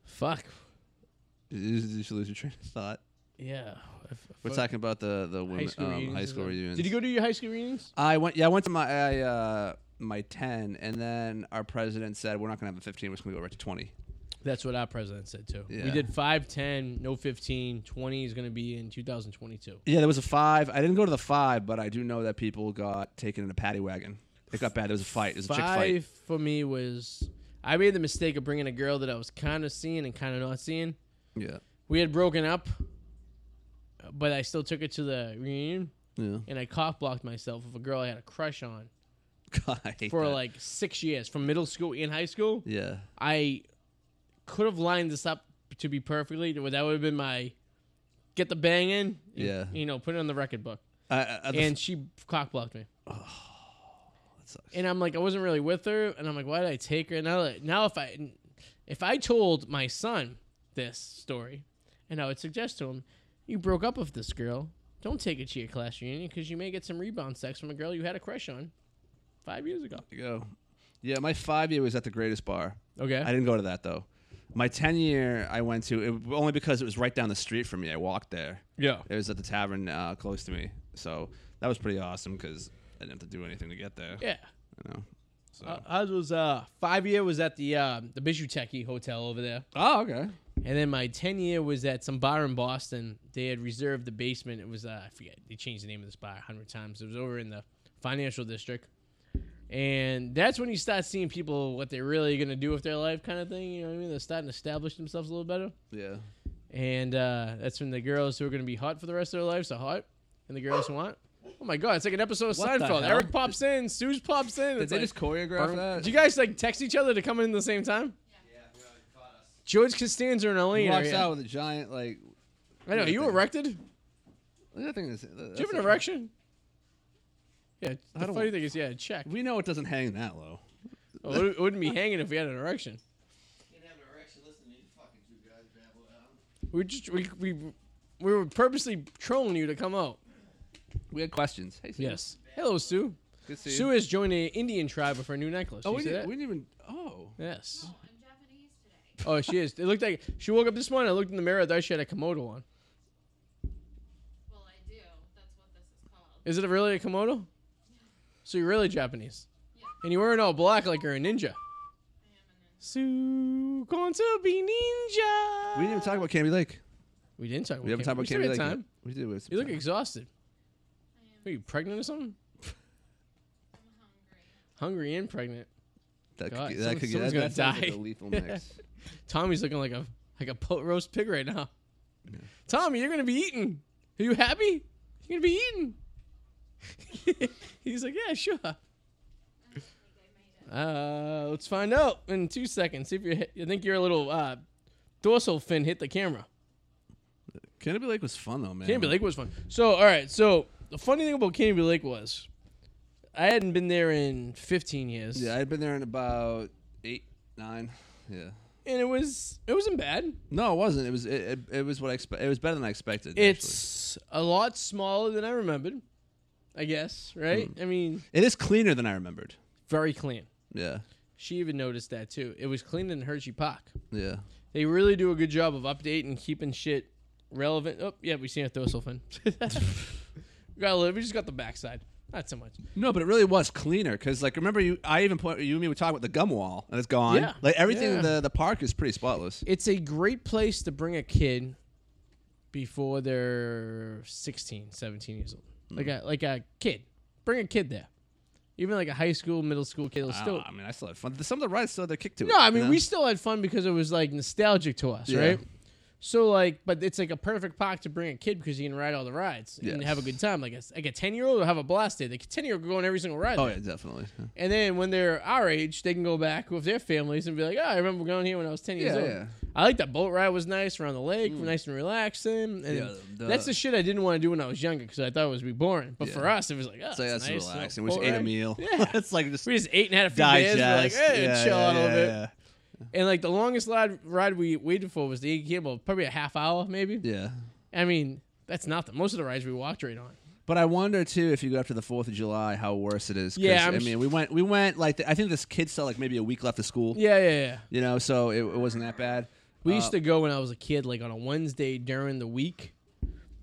Fuck. Did you, did you lose your train of thought? Yeah. If- We're fuck. talking about the the women, um, high reunions school and- reunions. Did you go to your high school reunions? I went. Yeah, I went to my I, uh, my ten, and then our president said we're not gonna have a fifteen. We're just gonna go right to twenty. That's what our president said too. We Yeah. did 5, 10, no 15, 20 is going to be in 2022. Yeah, there was a five. I didn't go to the five, but I do know that people got taken in a paddy wagon. It got bad. There was a fight. It was a chick fight. Five for me was I made the mistake of bringing a girl that I was kind of seeing and kind of not seeing. Yeah. We had broken up, but I still took her to the reunion, Yeah. [laughs] and I cock blocked myself with a girl I had a crush on God, I hate for that. like six years from middle school and high school. Yeah. I could have lined this up to be perfectly. That would have been my get the bang in. and, Yeah. you know, put it on the record book. I, I, I, And she cock blocked me. that sucks. and I'm like, I wasn't really with her, and I'm like, why did I take her? Now, that- now if I, if I told my son this story, and I would suggest to him, you broke up with this girl, don't take it to your class reunion because you may get some rebound sex from a girl you had a crush on five years ago. you go. Yeah, my five year was at the greatest bar. Okay, I didn't go to that though. My ten year I went to it, only because it was right down the street from me. I walked there. yeah, It was at the tavern uh, close to me, so that was pretty awesome because I didn't have to do anything to get there. yeah. You know? So. Uh, ours was uh five year was at the um, the Bijuteki Hotel over there, oh, okay. and then my ten year was at some bar in Boston. They had reserved the basement. It was uh, I forget they changed the name of this bar a hundred times. It was over in the financial district. And that's when you start seeing people what they're really gonna do with their life, kind of thing. You know what I mean? They're starting to establish themselves a little better. Yeah. And uh, that's when the girls who are gonna be hot for the rest of their lives are hot, and the girls who aren't. Oh my god, it's like an episode of What the Seinfeld. hell? Eric pops in, Suze pops in. Did it's they like, just choreograph that? do you guys like text each other to come in at the same time? George Costanza and he Elena. walks yeah. out with a giant like. I know. Are you Nothing. erected? Do I think that's, you have an erection? Yeah. The don't- funny thing is, yeah, check. We know it doesn't hang that low. Oh, it it wouldn't be hanging if we had an erection. Can't have an erection listening to you fucking two guys babble out. We just we we we were purposely trolling you to come out. We had questions. Hey, Sue. Yes. Hello, Sue. Good to see you. Sue has joined an Indian tribe with her new necklace. oh, you we see didn't, that? we didn't even. Oh. yes. I'm Japanese today. Oh, she is. It looked like she woke up this morning. I looked in the mirror. I thought she had a komodo on. Well, I do. That's what this is called. Is it really a komodo? So you're really Japanese, Yeah. and you're wearing all black like you're a ninja. I am a ninja. Sue, going to be ninja. We didn't even talk about Candy Lake. We didn't talk. About We haven't talked about still Candy Lake. got yet. Time. We did. We had some You look time. exhausted. I am Are you pregnant or something? I'm hungry. Hungry and pregnant. That God, could, someone- that could someone's get gonna that sounds die. Like a lethal [laughs] mix. Tommy's looking like a like a pot roast pig right now. Tommy, you're gonna be eating. [laughs] Are you happy? You're gonna be eating. He's like, yeah, sure. I don't think I made it. Uh, let's find out in two seconds. See if you hit, you think your little uh, dorsal fin hit the camera. Canopy Lake was fun though, man. Canopy Lake was fun. So, all right. So, the funny thing about Canopy Lake was, I hadn't been there in 15 years. Yeah, I'd been there in about eight, nine. Yeah. and it was it wasn't bad. No, it wasn't. It was it, it, it was what I expect. It was better than I expected. It's a lot smaller than I remembered. I guess, right? I mean, actually. it is cleaner than I remembered. Hmm. very clean. Yeah, She even noticed that too. It was cleaner than Hershey Park. yeah. They really do a good job of updating, keeping shit relevant. Oh, yeah, we seen a dorsal fin. [laughs] we got a little, we just got the backside. Not so much. No, but it really was cleaner because, like, remember you? I even put you and me were talking about the gum wall, and it's gone. Yeah. Like everything, Yeah. in the the park is pretty spotless. It's a great place to bring a kid before they're 16, 17 years old. Like a like a kid. Bring a kid there. Even like a high school, middle school kid will I still don't- I mean, I still had fun. Some of the rides still had their kick to it. No, I you mean know? we still had fun because it was like nostalgic to us, Yeah. right? So like, but it's like a perfect park to bring a kid because he can ride all the rides and Yes. have a good time. Like a like a ten year old will have a blast day. The ten year old go on every single ride. Oh there. yeah, definitely. And then when they're our age, they can go back with their families and be like, "Oh, I remember going here when I was ten years Yeah, old. yeah. Mm. I like that boat ride was nice around the lake, nice and relaxing. And Yeah, the- that's the shit I didn't want to do when I was younger because I thought it was be boring. But Yeah. for us, it was like, oh, So yeah, it's that's nice. relaxing. little We just boat ate a ride. meal. Yeah. [laughs] it's like just We just ate and had a few digest. beers. We're like, hey, yeah, chill yeah, out a little bit. yeah, And like the longest ride, ride we waited for was the Yankee Cable, probably a half hour, maybe. Yeah. yeah. I mean, that's nothing. Most of the rides we walked right on. But I wonder too if you go after the Fourth of July, how worse it is. 'cause, Yeah, I'm I sh- mean, we went, we went like I think this kid still had, like maybe a week left of school. Yeah, yeah, yeah. You know, so it, it wasn't that bad. We Uh, used to go when I was a kid, like on a Wednesday during the week,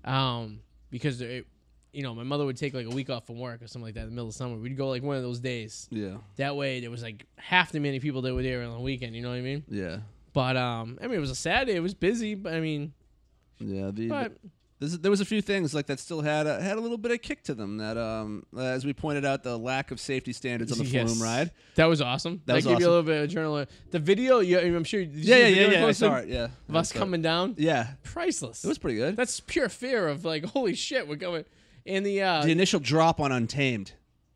um, because it, you know, my mother would take like a week off from work or something like that in the middle of summer. We'd go like one of those days. Yeah. That way, there was like half the many people that were there on the weekend. You know what I mean? Yeah. But um, I mean, it was a Saturday. It was busy, but I mean, Yeah. The, but This, there was a few things like that still had a, had a little bit of kick to them. That um, as we pointed out, the lack of safety standards on the Yes. flume ride. That was awesome. That, That was gave you a awesome. little bit of adrenaline. The video, you, I'm sure. Did you see Yeah, yeah, the yeah, video yeah. I posted saw it. Yeah, Of us I saw it. coming down, Yeah, priceless. it was pretty good. That's pure fear of like, [laughs] holy shit, we're going. And the uh, the initial drop on Untamed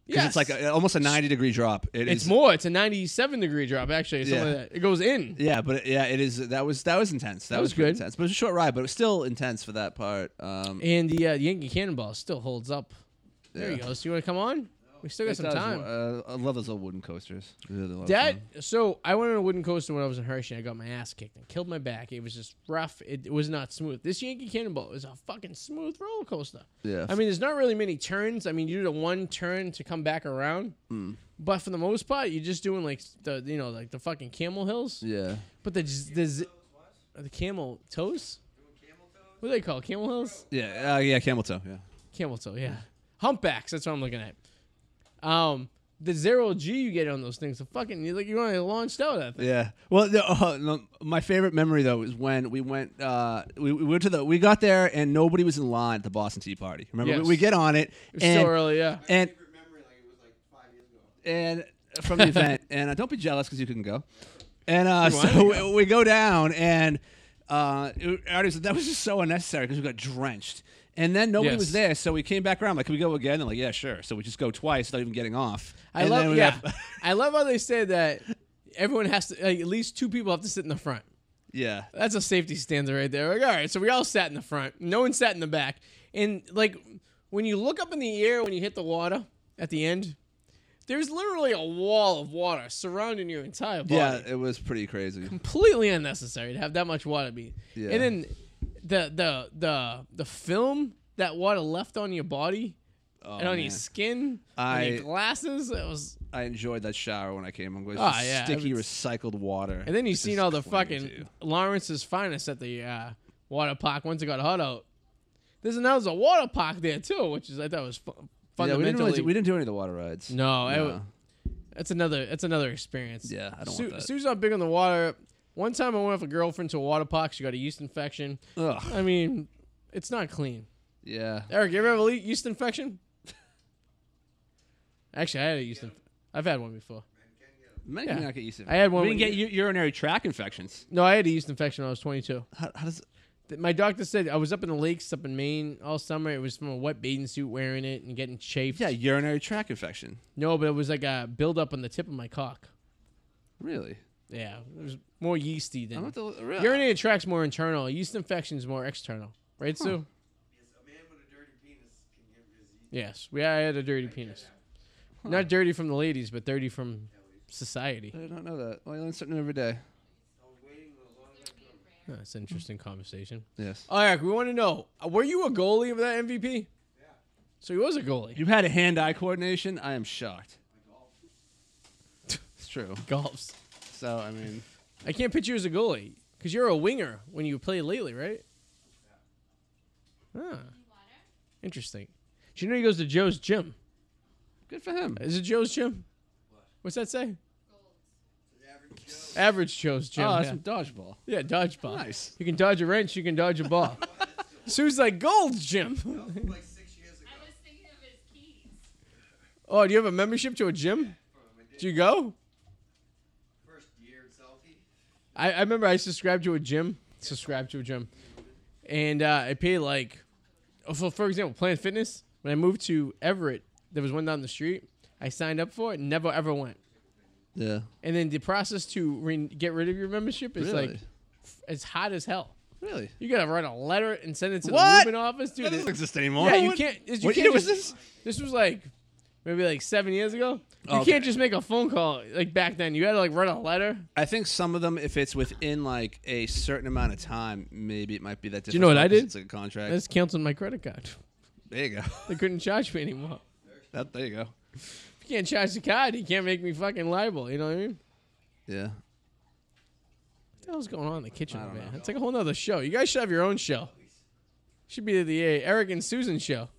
because yes. it's like a, almost a ninety degree drop. It it's is- more. It's a 97 degree drop actually. Something Yeah. like that. It goes in. Yeah, but it- yeah, it is. That was that was intense. That, That was pretty good. Intense, but it was a short ride, but it was still intense for that part. Um, And the uh, Yankee Cannonball still holds up. There Yeah. you go. So you want to come on? We still got it some does- time. Uh, I love those little wooden coasters. They're the lot of That fun. so I went on a wooden coaster when I was in Hershey. and I got my ass kicked and killed my back. It was just rough. It, it was not smooth. This Yankee Cannonball is a fucking smooth roller coaster. Yeah. I mean, there's not really many turns. I mean, you do the one turn to come back around, Mm. but for the most part, you're just doing like the you know like the fucking camel hills. yeah. But the z- the z- are the camel toes. What do they call camel hills? Yeah. Uh, yeah. Camel toe. Yeah. Camel toe. Yeah, humpbacks. That's what I'm looking at. Um, the zero G you get on those things. The fucking you like you want to launch out of that thing. Yeah. Well, no, uh, no, my favorite memory though is when we went. Uh, we, we went to the. We got there and nobody was in line at the Boston Tea Party. Remember, Yes. we, we get on it, It's and so early, yeah. and I remember like it was like five years ago. and from the event. [laughs] And uh, don't be jealous because you couldn't go. And uh, You wanted so to we, we go down, and uh, it, Artie said, that was just so unnecessary because we got drenched. And then nobody Yes. was there, so we came back around. Like, can we go again? And like, yeah, sure. So we just go twice without even getting off. I And then love we yeah. got- I love how they say that everyone has to like, at least two people have to sit in the front. [laughs] yeah. That's a safety standard right there. Like, all right, so we all sat in the front. No one sat in the back. And like when you look up in the air when you hit the water at the end, there's literally a wall of water surrounding your entire body. Yeah, it was pretty [laughs] crazy. Completely unnecessary to have that much water be. Yeah. And then the the the the film that water left on your body Oh, and on man. your skin, on I- your glasses, it was I enjoyed that shower when I came home. It was Ah, just yeah, sticky it's- recycled water. And then you've It's seen just all the clinging fucking to you. Lawrence's finest at the uh, water park once it got hot out. There's another a water park there too, which is I thought was fu- Yeah, we didn't, fundamentally. really do, we didn't do any of the water rides. no, I- No. that's another that's another experience. Yeah, I don't Sue, want that. Sue's not big on the water. One time I went with a girlfriend to a water park. She got a yeast infection. Ugh. I mean, it's not clean. Yeah. Eric, you ever have a le- yeast infection? [laughs] Actually, I had a yeast. Inf- I've had one before. Men Yeah. cannot get yeast I had one We didn't when get u- urinary tract infections. No, I had a yeast infection when I was 22. How, how does? th- my doctor said I was up in the lakes up in Maine all summer. It was from a wet bathing suit wearing it and getting chafed. Yeah, urinary tract infection. No, but it was like a buildup on the tip of my cock. Really? Yeah, it was more yeasty I than don't know. Really? urinary tract's more internal. Yeast infection's more external, right, Sue? Yes, a man with a dirty penis can get busy. Yes, we I had a dirty penis. Not dirty from the ladies, but dirty from society. I don't know that. Well, I learn something every day. I'm waiting the longest time. Oh, that's an interesting conversation. Yes. All right, we want to know: uh, Were you a goalie of that MVP? Yeah. So he was a goalie. You had a hand-eye coordination. I am shocked. It's true. Golfs. So I mean, I can't picture you as a goalie because you're a winger when you play lately, right? Ah, Water? interesting. Do you know he goes to Joe's gym? good for him. Is it Joe's gym? What's that say? Gold. The average Joe. Average Joe's gym. oh, yeah. that's some dodgeball. Yeah, dodgeball. Nice. You can dodge a wrench, you can dodge a [laughs] ball. Sue's like, Gold's Gym. [laughs] That was like six years ago. I was thinking of his keys. Oh, do you have a membership to a gym? From my Do you go? first year in Southie. I, I remember I subscribed to a gym. Subscribed to a gym. And uh, I paid like, oh, for, for example, Planet Fitness. When I moved to Everett, there was one down the street. I signed up for it and never ever went. Yeah. And then the process to re- get rid of your membership is really. like, it's hot as hell. really. You gotta write a letter and send it to What? the Rubin office, dude. That It- doesn't exist anymore. Yeah, you What- can't. You What can't year was just- this? This was like maybe like seven years ago. You Okay. can't just make a phone call like back then. You had to like write a letter. I think some of them, if it's within like a certain amount of time, maybe it might be that. you know what I difficult 'cause did? It's like a contract. I just canceled my credit card. there you go. [laughs] They couldn't charge me anymore. that, there you go. If you can't charge the card, you can't make me fucking liable. You know what I mean? What Yeah. the hell's going on in the kitchen, I don't man? know. It's like a whole nother show. You guys should have your own show. Should be the uh, Eric and Susan show.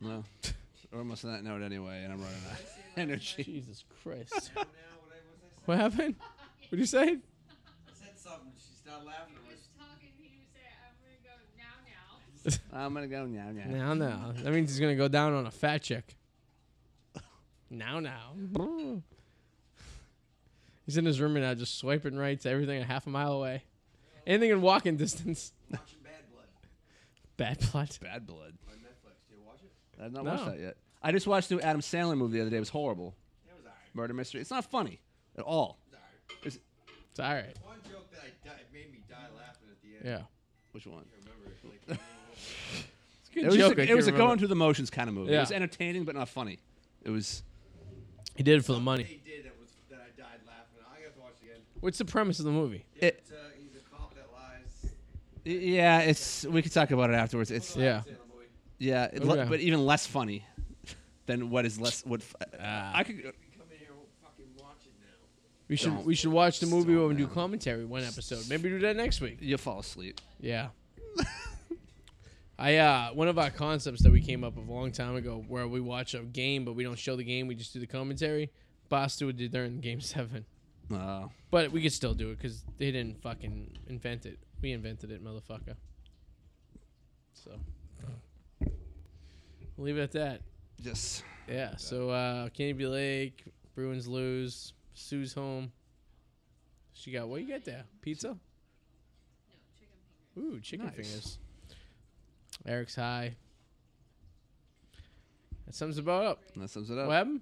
Well, [laughs] we're almost on that note anyway, and I'm running out of [laughs] energy. Jesus Christ! Now what I was I saying? [laughs] what happened? What you say? I said something. She started laughing. I He was [laughs] was- talking, he was saying, I'm gonna go now, now. I'm gonna go now. Now. Now, now. That means he's gonna go down on a fat chick. Now, [laughs] now. He's in his room and I just swiping right to everything a half a mile away. Anything in walking [laughs] distance. Watching Bad Blood Bad plot. Bad blood. on Netflix. Do you watch it? I've not No. watched that yet. I just watched the new Adam Sandler movie the other day. It was horrible. It was alright. Murder mystery. It's not funny at all. It was alright. It's all right. One joke that I died, made me die laughing at the end. Yeah. Which one? I can't remember it. [laughs] It's a good Like, It was, joke. a, I it can't was a remember. going through the motions kind of movie. It Yeah. was entertaining but not funny. It was. He did it for the money. they did that was that I died laughing. at. I got to watch it again. What's the premise of the movie? It- It's, uh, he's a cop that lies. Yeah, it's. We could talk about it afterwards. It's Yeah. It's in a movie. yeah, it le- Okay. but even less funny than what is less. What f- Ah. I could. We come in here and fucking watch it now. We should Don't. we should watch the movie Don't, when we do man. commentary one episode. Maybe do that next week. You'll fall asleep. Yeah. [laughs] I uh one of our concepts that we came up with a long time ago where we watch a game but we don't show the game, we just do the commentary. Boston would do during game seven. Uh, But we could still do it because they didn't fucking invent it. We invented it, motherfucker. So we'll leave it at that. just Yeah. So uh Canby Lake, Bruins lose, Sue's home. She got what you got there? Pizza? No, chicken fingers. Ooh, chicken Nice. fingers. Eric's high. That sums about up. that sums it up. What happened?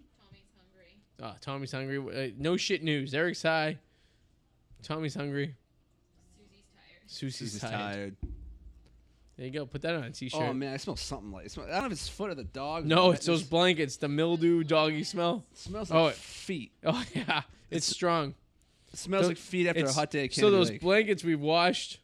Tommy's hungry. Oh, Tommy's hungry. Uh, no shit news. Eric's high. Tommy's hungry. Susie's tired. Susie's, Susie's tired. tired. There you go. Put that on a t-shirt. Oh man, I smell something like. It smell, I don't know if it's foot of the dog. no, but it's those blankets. The mildew doggy smell. It smells Oh, like it- feet. Oh [laughs] yeah, it's, strong. It smells Those- like feet after a It's- hot day. At so Kennedy those Lake. blankets we washed,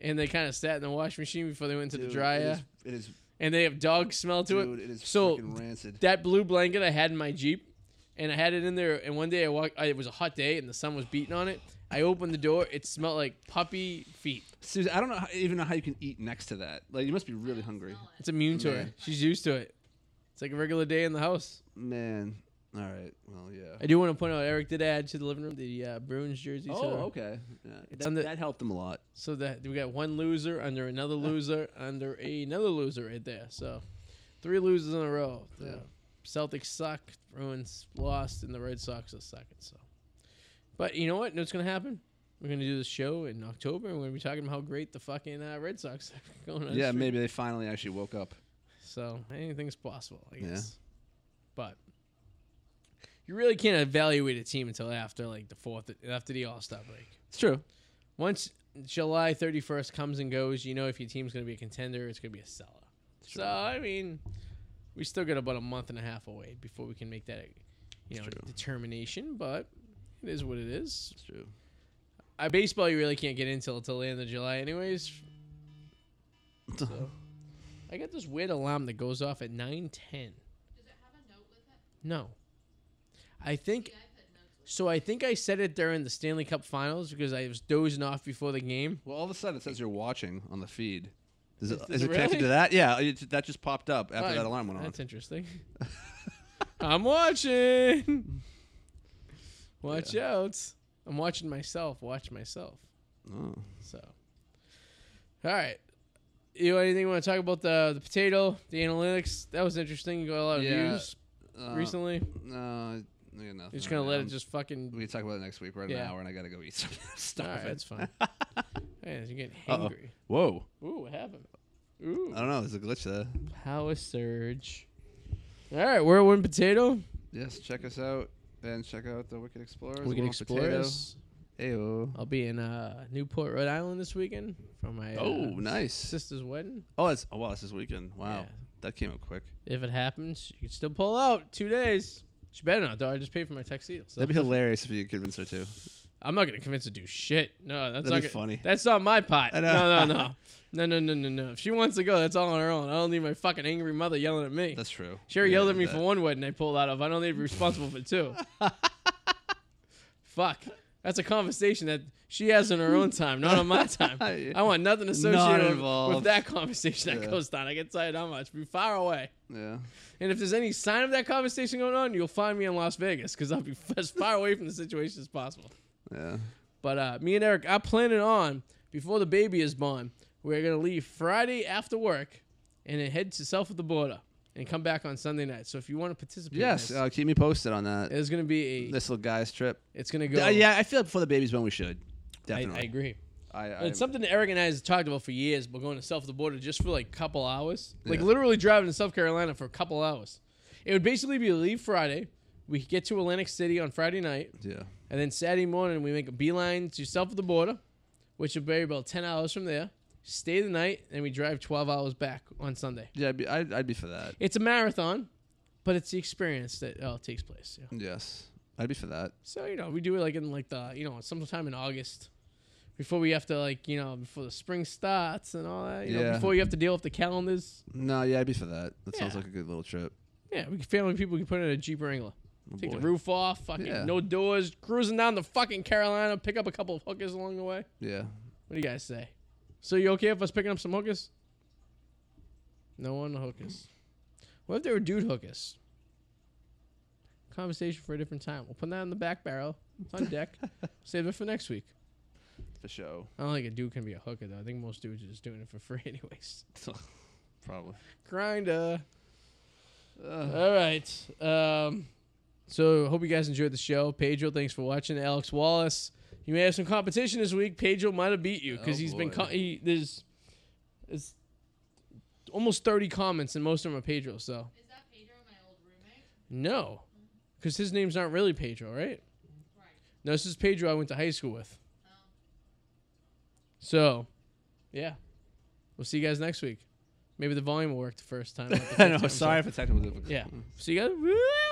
and they kind of sat in the washing machine before they went to Dude, the It dryer, is, it is and they have dog smell to dude, it. it is so freaking rancid. that blue blanket I had in my Jeep, and I had it in there. And one day I walked. I, it was a hot day, and the sun was beating on it. I opened the door. It smelled like puppy feet. Susan, I don't know how, even know how you can eat next to that. Like you must be really hungry, Smell it. It's immune to her. Man. She's used to it. It's like a regular day in the house. man. All right, well, yeah. I do want to point out Eric did add to the living room the uh, Bruins jersey. Oh, so, okay. Yeah. on That, the- that helped them a lot. so that we got one loser under another loser under another loser right there. So three losers in a row. The Yeah. Celtics suck. Bruins lost, and the Red Sox are second. So, but you know what? You know what's gonna happen? We're gonna do this show in October, and we're gonna be talking about how great the fucking uh, Red Sox are [laughs] going. On the yeah, streak. maybe they finally actually woke up. So anything's possible, I Yeah. guess. But you really can't evaluate a team until after like the fourth, after the All Star break. It's true. Once July thirty first comes and goes, you know if your team's gonna be a contender, it's gonna be a seller. So I mean, we still got about a month and a half away before we can make that, you know, true. determination. But it is what it is. It's true. Uh, baseball you really can't get into until the end of July, anyways. So I got this weird alarm that goes off at nine ten. Does it have a note with it? No, I think The iPad notes with it. so. I think I said it during the Stanley Cup Finals because I was dozing off before the game. Well, all of a sudden it says you're watching on the feed. [laughs] Is it, Is- is, is it it connected really? to that? Yeah, it, that just popped up after Right. that alarm went on. That's interesting. [laughs] I'm watching. [laughs] Watch out! I'm watching myself. Watch myself. Oh. So, all right. You know anything you want to talk about the the potato, the analytics? That was interesting. You got a lot of Yeah, views Uh, recently. No, I I got nothing. You're just gonna right let now. it just fucking. We can talk about it next week. We're at an Yeah. hour, and I gotta go eat some [laughs] All stuff. right, that's [laughs] fine. Man, you're getting Uh-oh. Uh. hangry. Whoa! Ooh, what happened? Ooh, I don't know. There's a glitch there. power surge. All right, we're one potato. Yes, check us out and check out the Wicked Explorers. We can Wild explore Potato. this. Ayo. I'll be in uh, Newport, Rhode Island this weekend for my uh, Oh, nice. sister's wedding. Oh, it's oh wow, it's this weekend. Wow, Yeah. that came up quick. If it happens, you can still pull out two days. She better not, though. I just paid for my tuxedo. So. That'd be hilarious if you could convince her to. I'm not gonna convince her to do shit. No, that's That'd not be gonna- funny. That's not my pot. I No, no, know. no, [laughs] no, no, no, no, no. If she wants to go, that's all on her own. I don't need my fucking angry mother yelling at me. That's true. she already Yeah, yelled at me that- for one wedding I pulled out of. I don't need to be responsible for [laughs] two. Fuck. That's a conversation that she has on her own time, not on my time. [laughs] Yeah. I want nothing Not associated with, with involved. that conversation that Yeah. goes on. I can tell you that much. Be far away. Yeah. And if there's any sign of that conversation going on, you'll find me in Las Vegas because I'll be [laughs] as far away from the situation as possible. Yeah. But uh, me and Eric are planning on before the baby is born. We're gonna leave Friday after work, and then head to south of the border, and come back on Sunday night. So if you want to participate, in Yes. this, Uh, keep me posted on that. it's gonna be a. This little guy's trip. It's gonna go. Uh, yeah, I feel like before the baby's born, we should. I, Definitely. I agree. I, I, it's something that Eric and I has talked about for years, but going to south of the border just for like a couple hours, like Yeah. literally driving to South Carolina for a couple hours. It would basically be leave Friday. We get to Atlantic City on Friday night. Yeah. And then Saturday morning, we make a beeline to south of the border, which will be about 10 hours from there. Stay the night, and we drive 12 hours back on Sunday. Yeah. I'd be, I'd, I'd be for that. It's a marathon, but it's the experience that all takes place. Yeah. Yes. I'd be for that. So, you know, we do it like in like the, you know, sometime in August before we have to like, you know, before the spring starts and all that, you know, Yeah. before you have to deal with the calendars. No. Yeah. I'd be for that. That sounds Yeah. like a good little trip. Yeah, we can, family people can put in a Jeep Wrangler. Oh, Take boy. the roof off, fucking Yeah. no doors, cruising down the fucking Carolina, pick up a couple of hookers along the way. Yeah. What do you guys say? So you okay if us picking up some hookers? No one hookers. What if they were dude hookers? Conversation for a different time. We'll put that in the back barrel. It's on deck. Save it for next week. For [laughs] show. I don't think a dude can be a hooker though. I think most dudes are just doing it for free [laughs] anyways. [laughs] Probably. Grinder. Uh, All right. Um, so hope you guys enjoyed the show. Pedro, thanks for watching. Alex Wallace, you may have some competition this week. Pedro might have beat you because Oh, he's been boy. co- he, there's it's almost thirty comments and most of them are Pedro. So Is that Pedro, my old roommate? no, because his name's not really Pedro, right? Right. No, this is Pedro I went to high school with. Um, So yeah, we'll see you guys next week. Maybe the volume will work the first time. not the I [laughs] fifth know. time, so- Sorry for technical difficulties. Yeah. See you guys. Woo!